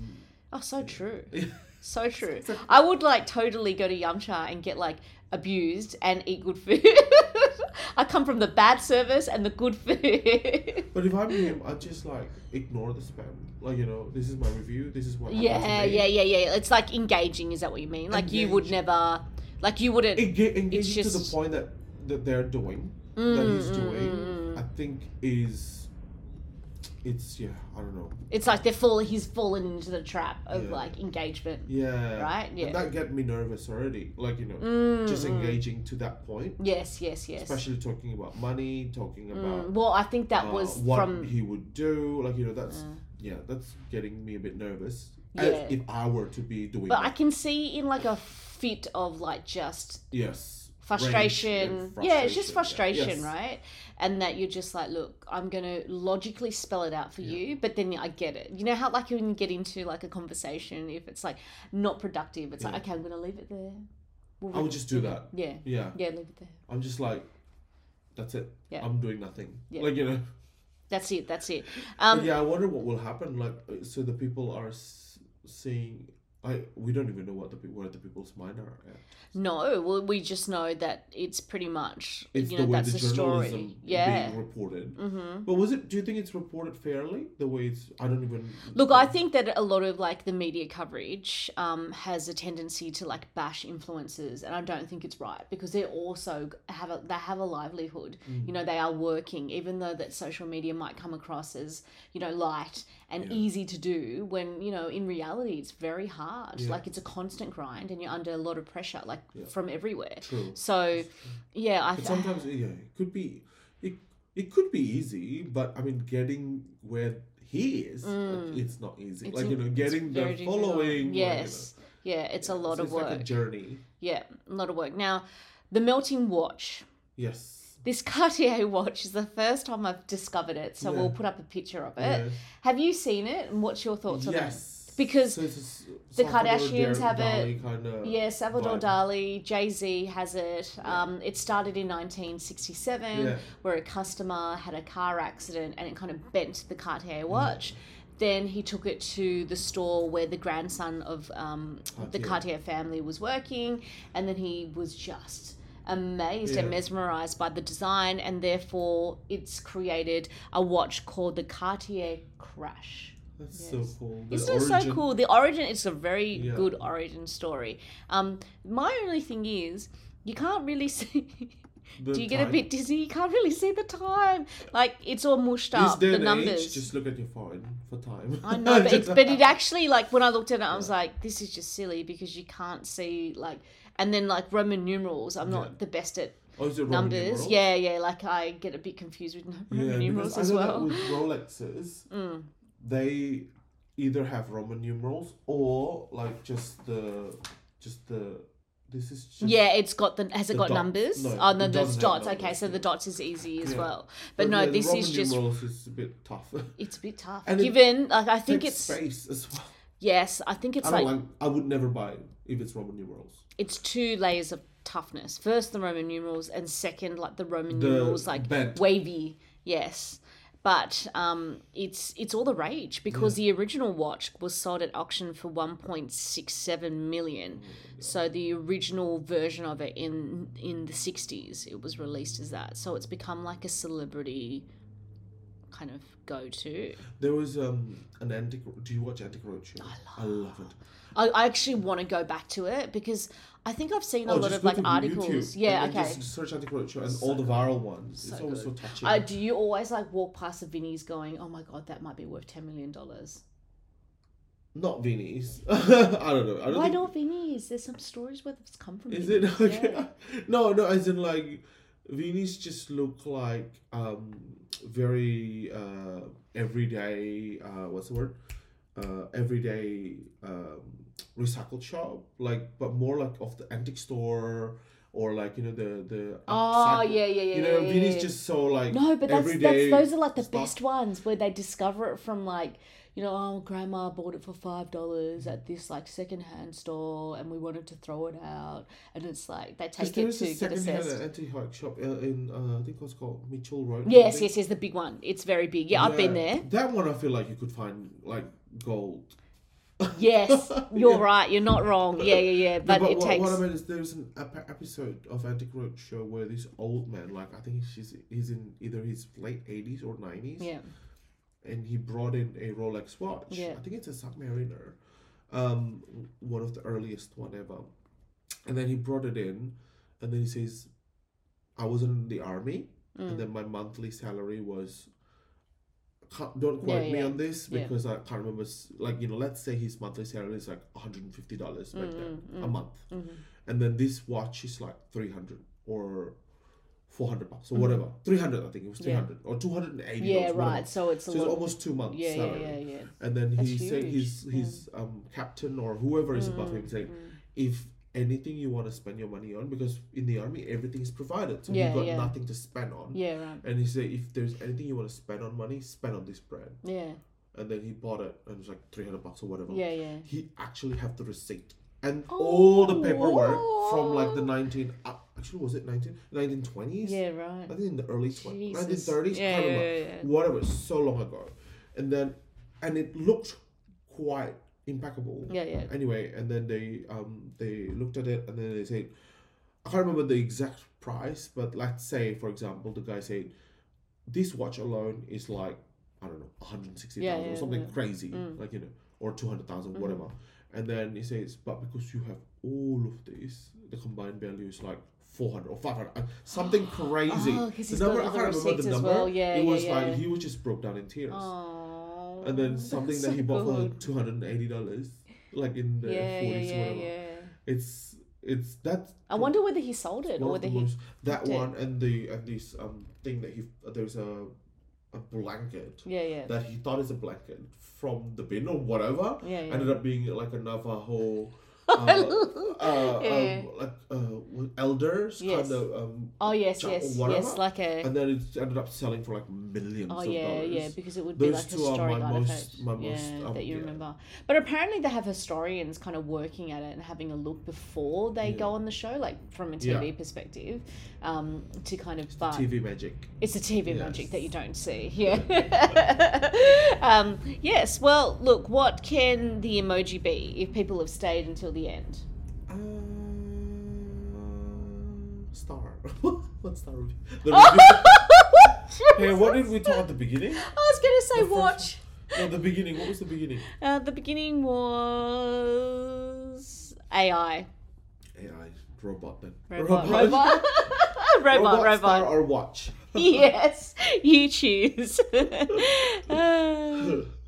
Speaker 1: oh so
Speaker 2: <laughs>
Speaker 1: true.
Speaker 2: Yeah.
Speaker 1: So true. I would like totally go to Yamcha and get like abused and eat good food. <laughs> I come from the bad service and the good
Speaker 2: <laughs>
Speaker 1: food.
Speaker 2: but if i'm him i just like ignore the spam like you know this is my review this is what
Speaker 1: yeah, yeah, yeah, yeah. It's like engaging, is that what you mean? Like you would
Speaker 2: Engaging.
Speaker 1: never like you wouldn't
Speaker 2: Engage, engaging to
Speaker 1: just-
Speaker 2: the
Speaker 1: Mm-hmm.
Speaker 2: point that that they're doing that he's
Speaker 1: mm,
Speaker 2: doing i think is it's yeah i don't know
Speaker 1: It's like they're falling. He's fallen into the trap of
Speaker 2: Yeah.
Speaker 1: like engagement.
Speaker 2: yeah
Speaker 1: Right,
Speaker 2: And
Speaker 1: yeah.
Speaker 2: that get me nervous already like you know just engaging to that point
Speaker 1: Mm. Yes, yes, yes.
Speaker 2: especially talking about money talking about
Speaker 1: Mm, well, I think that
Speaker 2: uh,
Speaker 1: was
Speaker 2: what
Speaker 1: from.
Speaker 2: he would do. Like you know, that's yeah, that's getting me a bit nervous.
Speaker 1: Yeah.
Speaker 2: As if I were to be doing
Speaker 1: But I
Speaker 2: that.
Speaker 1: can see in like a fit of like just
Speaker 2: yes,
Speaker 1: frustration.
Speaker 2: and
Speaker 1: Yeah, it's just
Speaker 2: frustration, yeah.
Speaker 1: frustration,
Speaker 2: Yes.
Speaker 1: right? And that you're just like, look, I'm gonna logically spell it out for
Speaker 2: Yeah.
Speaker 1: you, but then I get it. You know how like when you get into like a conversation, if it's like not productive, it's
Speaker 2: Yeah.
Speaker 1: like, okay, I'm gonna leave it there. We'll
Speaker 2: I would
Speaker 1: re-
Speaker 2: just do
Speaker 1: we'll-
Speaker 2: that.
Speaker 1: Yeah,
Speaker 2: Yeah.
Speaker 1: yeah, leave it there.
Speaker 2: I'm just like, that's it.
Speaker 1: Yeah.
Speaker 2: I'm doing nothing.
Speaker 1: Yeah.
Speaker 2: Like you know.
Speaker 1: That's it. That's it.
Speaker 2: But
Speaker 1: Um,
Speaker 2: yeah, I wonder what will happen. Like, uh, so the people are s- seeing. I we don't even know what the pe- where the people's mind are. At.
Speaker 1: No, well, we just know that it's pretty much
Speaker 2: It's
Speaker 1: you know
Speaker 2: the way
Speaker 1: that's
Speaker 2: the
Speaker 1: a story.
Speaker 2: journalism
Speaker 1: Yeah.
Speaker 2: being reported.
Speaker 1: Mm-hmm.
Speaker 2: But was it? Do you think it's reported fairly? The way it's, I don't even.
Speaker 1: Look, I think that a lot of like the media coverage um, has a tendency to like bash influencers, and I don't think it's right because they're also have a they have a livelihood.
Speaker 2: Mm.
Speaker 1: You know, they are working, even though that social media might come across as you know light and
Speaker 2: Yeah.
Speaker 1: easy to do. When you know, in reality, it's very hard.
Speaker 2: Yeah.
Speaker 1: Like it's a constant grind, and you're under a lot of pressure, like
Speaker 2: Yeah.
Speaker 1: from everywhere.
Speaker 2: True.
Speaker 1: So, yeah, I
Speaker 2: But
Speaker 1: th-
Speaker 2: sometimes yeah, it could be, it it could be easy, but I mean, getting where he is, uh,
Speaker 1: Mm.
Speaker 2: it's not easy.
Speaker 1: It's
Speaker 2: like you
Speaker 1: in-
Speaker 2: know,
Speaker 1: it's
Speaker 2: getting
Speaker 1: very
Speaker 2: the
Speaker 1: difficult.
Speaker 2: following. like, you know,
Speaker 1: Yes. Yeah, it's a lot
Speaker 2: so
Speaker 1: of work.
Speaker 2: Like a journey.
Speaker 1: Yeah, a lot of work. Now, the melting watch.
Speaker 2: Yes.
Speaker 1: This <laughs> Cartier watch is the first time I've discovered it, so
Speaker 2: Yeah.
Speaker 1: we'll put up a picture of it.
Speaker 2: Yeah.
Speaker 1: Have you seen it? And what's your thoughts on it?
Speaker 2: Yes.
Speaker 1: Because
Speaker 2: So it's a s-
Speaker 1: the
Speaker 2: Salvador
Speaker 1: Kardashians
Speaker 2: Dar-
Speaker 1: have it.
Speaker 2: Dali Kinda
Speaker 1: Yeah, Salvador
Speaker 2: vibe.
Speaker 1: Dali, Jay Z has it. Um, it started in 1967,
Speaker 2: Yeah.
Speaker 1: where a customer had a car accident and it kind of bent the Cartier
Speaker 2: Mm.
Speaker 1: watch. Then he took it to the store where the grandson of um, the
Speaker 2: Cartier.
Speaker 1: Cartier family was working, and then he was just amazed and
Speaker 2: Yeah.
Speaker 1: mesmerized by the design, and therefore it's created a watch called the Cartier Crash.
Speaker 2: That's
Speaker 1: Yes.
Speaker 2: so cool. The
Speaker 1: Isn't it so
Speaker 2: origin-
Speaker 1: cool? The origin is a very
Speaker 2: Yeah.
Speaker 1: good origin story. Um, my only thing is you can't really <laughs> see.
Speaker 2: the
Speaker 1: Do you get a
Speaker 2: time.
Speaker 1: bit dizzy? You can't really see the time. Like it's all mushed
Speaker 2: This
Speaker 1: up.
Speaker 2: day
Speaker 1: The
Speaker 2: and
Speaker 1: numbers.
Speaker 2: Age, just look at your phone for time.
Speaker 1: I know, but, it's,
Speaker 2: Just- <laughs>
Speaker 1: but it actually like when I looked at it, I was like, this is just silly because you can't see like, and then like Roman numerals. I'm not
Speaker 2: Yeah.
Speaker 1: the best at
Speaker 2: oh, is it Roman
Speaker 1: numbers.
Speaker 2: numerals?
Speaker 1: Yeah, yeah. Like I get a bit confused with <laughs> Roman
Speaker 2: Yeah,
Speaker 1: numerals
Speaker 2: because I
Speaker 1: as
Speaker 2: know that
Speaker 1: well.
Speaker 2: With
Speaker 1: <laughs>
Speaker 2: Rolexes,
Speaker 1: Mm.
Speaker 2: they either have Roman numerals or like just the just the this is just
Speaker 1: Yeah, it's got the has it
Speaker 2: The
Speaker 1: got
Speaker 2: dots.
Speaker 1: numbers?
Speaker 2: No,
Speaker 1: oh
Speaker 2: it
Speaker 1: no, there's
Speaker 2: doesn't have
Speaker 1: dots.
Speaker 2: numbers,
Speaker 1: okay, so the
Speaker 2: yeah.
Speaker 1: dots is easy as
Speaker 2: Yeah.
Speaker 1: well. But no,
Speaker 2: yeah, the
Speaker 1: this
Speaker 2: Roman
Speaker 1: is just
Speaker 2: numerals is a bit
Speaker 1: <laughs>
Speaker 2: <laughs> tough.
Speaker 1: it's a bit tough.
Speaker 2: And it
Speaker 1: Given like I think
Speaker 2: Takes
Speaker 1: it's
Speaker 2: space as
Speaker 1: <laughs>
Speaker 2: well.
Speaker 1: yes, I think it's
Speaker 2: I
Speaker 1: like
Speaker 2: don't like, I would never buy it if it's Roman numerals.
Speaker 1: it's two layers of toughness. First the Roman numerals and second like the Roman
Speaker 2: The
Speaker 1: numerals like
Speaker 2: bent.
Speaker 1: wavy. Yes. But um, it's it's all the rage because the original watch was sold at auction for 1.67 million. So the original version of it in in the 60s it was released as that. So it's become like a celebrity kind of go to.
Speaker 2: There was um an antique. Do you watch Antique Roadshow? I love, it.
Speaker 1: I, I actually want to go back to it because I think I've seen a
Speaker 2: Oh,
Speaker 1: lot
Speaker 2: just
Speaker 1: of
Speaker 2: go
Speaker 1: like
Speaker 2: to
Speaker 1: articles.
Speaker 2: YouTube
Speaker 1: yeah,
Speaker 2: and then
Speaker 1: okay.
Speaker 2: Just search Antique Roadshow and all the viral ones. it's
Speaker 1: So
Speaker 2: always
Speaker 1: good.
Speaker 2: so touching.
Speaker 1: Uh, do you always like walk past the Vinnies going, oh my god, that might be worth $10 million?
Speaker 2: Not Vinny's. <laughs> I don't know. I don't
Speaker 1: Why
Speaker 2: think,
Speaker 1: not Vinnies? There's some stories where it's come from.
Speaker 2: Is it <laughs>
Speaker 1: Vinnies,
Speaker 2: okay?
Speaker 1: yeah.
Speaker 2: No, no. As in like, Vinny's just look like um very uh everyday uh what's the word uh everyday um recycled shop like but more like of the antique store or like you know the the
Speaker 1: Oh,
Speaker 2: upcycle-
Speaker 1: yeah, yeah, yeah.
Speaker 2: you know
Speaker 1: yeah, yeah,
Speaker 2: Vinny's
Speaker 1: yeah.
Speaker 2: just so like
Speaker 1: No, but that's, that's
Speaker 2: everyday
Speaker 1: those are like the
Speaker 2: stuff.
Speaker 1: best ones where they discover it from like, you know, oh, grandma bought it for $5 at this like secondhand store and we wanted to throw it out. And it's like, they
Speaker 2: Because
Speaker 1: take
Speaker 2: there
Speaker 1: it
Speaker 2: is
Speaker 1: to
Speaker 2: a
Speaker 1: get
Speaker 2: second-hand
Speaker 1: assessed.
Speaker 2: anti-hike shop uh, in uh, I think it was called Mitchell Road. I
Speaker 1: Yes,
Speaker 2: think.
Speaker 1: yes, yes, the big one. It's very big. Yeah, I've been there.
Speaker 2: That one I feel like you could find like gold.
Speaker 1: Yes,
Speaker 2: <laughs>
Speaker 1: you're
Speaker 2: Yeah.
Speaker 1: right. You're not wrong. Yeah, yeah, yeah.
Speaker 2: No,
Speaker 1: But, it
Speaker 2: what,
Speaker 1: takes.
Speaker 2: what I mean is there's an ep- episode of Antique Road Show where this old man, like I think he's he's in either his late eighties or nineties,
Speaker 1: yeah.
Speaker 2: and he brought in a Rolex watch.
Speaker 1: Yeah.
Speaker 2: I think it's a Submariner, um, one of the earliest one ever. And then he brought it in, and then he says, "I wasn't in the army,
Speaker 1: Mm.
Speaker 2: and then my monthly salary was." Can't, don't
Speaker 1: Yeah,
Speaker 2: quote me
Speaker 1: yeah.
Speaker 2: on this
Speaker 1: Yeah.
Speaker 2: because I can't remember. s- Like you know, let's say his monthly salary is like one hundred and fifty dollars back
Speaker 1: Mm,
Speaker 2: then a month,
Speaker 1: Mm-hmm.
Speaker 2: and then this watch is like three hundred or four hundred bucks or whatever. Three hundred, I think it was three
Speaker 1: Mm-hmm. Yeah.
Speaker 2: hundred or two hundred and eighty.
Speaker 1: Yeah, right. So it's a
Speaker 2: So it's
Speaker 1: lot.
Speaker 2: almost two months.
Speaker 1: yeah, yeah,
Speaker 2: salary.
Speaker 1: yeah, yeah.
Speaker 2: And then
Speaker 1: That's
Speaker 2: he said
Speaker 1: huge.
Speaker 2: his
Speaker 1: Yeah. Mm-hmm.
Speaker 2: his um captain or whoever is above him saying, if anything you want to spend your money on because in the army everything is provided, so
Speaker 1: Yeah,
Speaker 2: you got
Speaker 1: yeah.
Speaker 2: nothing to spend on.
Speaker 1: Yeah, right.
Speaker 2: And he said, if there's anything you want to spend on money, spend on this brand.
Speaker 1: Yeah,
Speaker 2: And then he bought it, and it was like three hundred bucks or whatever.
Speaker 1: yeah, yeah.
Speaker 2: He actually have the receipt and all the
Speaker 1: Oh,
Speaker 2: paperwork from like the
Speaker 1: wow.
Speaker 2: nineteen. Uh, actually, was it 19, 1920s?
Speaker 1: Yeah, right.
Speaker 2: I think in the early twenties, nineteen
Speaker 1: Jesus.
Speaker 2: thirties.
Speaker 1: Yeah,
Speaker 2: I don't
Speaker 1: yeah,
Speaker 2: know.
Speaker 1: yeah, yeah.
Speaker 2: Whatever, so long ago, and then, and it looked quite impeccable.
Speaker 1: Yeah, yeah.
Speaker 2: Anyway, and then they um they looked at it and then they said, I can't remember the exact price, but let's say for example the guy said, this watch alone is like I don't know, one hundred sixty thousand
Speaker 1: Yeah,
Speaker 2: or
Speaker 1: yeah,
Speaker 2: something
Speaker 1: yeah. Mm. Mm-hmm.
Speaker 2: crazy, like you know, or two hundred whatever. And then he says, but because you have all of this, the combined value is like. 400 or 500
Speaker 1: <gasps>
Speaker 2: something crazy
Speaker 1: Oh, 'cause he's
Speaker 2: the number
Speaker 1: got
Speaker 2: i
Speaker 1: all the
Speaker 2: can't remember
Speaker 1: receipts
Speaker 2: the
Speaker 1: as
Speaker 2: number
Speaker 1: well. Yeah,
Speaker 2: it
Speaker 1: yeah,
Speaker 2: was
Speaker 1: yeah,
Speaker 2: like
Speaker 1: yeah.
Speaker 2: he was just broke down in tears
Speaker 1: Oh,
Speaker 2: and
Speaker 1: <laughs>
Speaker 2: then something that he bought for two hundred and eighty dollars, like in the
Speaker 1: yeah, yeah,
Speaker 2: forties,
Speaker 1: yeah,
Speaker 2: whatever.
Speaker 1: yeah.
Speaker 2: It's it's that's
Speaker 1: I wonder whether he sold it or
Speaker 2: one of
Speaker 1: whether
Speaker 2: the
Speaker 1: he.
Speaker 2: most that
Speaker 1: did.
Speaker 2: one and the and this um thing that he there's a a blanket
Speaker 1: Yeah, yeah,
Speaker 2: that he thought is a blanket from the bin or whatever
Speaker 1: yeah, yeah.
Speaker 2: ended up being like
Speaker 1: <laughs>
Speaker 2: a Navajo. Uh, Uh,
Speaker 1: Yeah.
Speaker 2: um, like uh, what- elders
Speaker 1: Yes.
Speaker 2: kind of um,
Speaker 1: oh yes,
Speaker 2: or
Speaker 1: yes,
Speaker 2: whatever.
Speaker 1: yes, like a.
Speaker 2: and then it ended up selling for like millions
Speaker 1: Oh
Speaker 2: of
Speaker 1: yeah,
Speaker 2: dollars.
Speaker 1: yeah, because it would be
Speaker 2: Those
Speaker 1: like
Speaker 2: two are
Speaker 1: historic
Speaker 2: my
Speaker 1: artifact.
Speaker 2: most- my most,
Speaker 1: yeah,
Speaker 2: um,
Speaker 1: that you
Speaker 2: yeah.
Speaker 1: remember. But apparently they have historians kind of working at it and having a look before they
Speaker 2: Yeah.
Speaker 1: go on the show, like from a
Speaker 2: Yeah.
Speaker 1: TV perspective, um, to kind of. but-
Speaker 2: TV magic.
Speaker 1: It's the TV
Speaker 2: Yes.
Speaker 1: magic that you don't see. Yeah. <laughs> um, yes. Well, look. What can the emoji be if people have stayed until the
Speaker 2: <laughs>
Speaker 1: end? <laughs>
Speaker 2: Uh, Um, star. <laughs> what star review? The review. hey, what did we talk at the beginning?
Speaker 1: I was going to say
Speaker 2: The first-
Speaker 1: watch.
Speaker 2: No, the beginning. What was the beginning?
Speaker 1: Uh, the beginning was AI
Speaker 2: AI robot then.
Speaker 1: robot robot robot
Speaker 2: <laughs> Robot, star
Speaker 1: robot.
Speaker 2: or watch.
Speaker 1: <laughs>
Speaker 2: <laughs>
Speaker 1: Yes, you choose. Uh,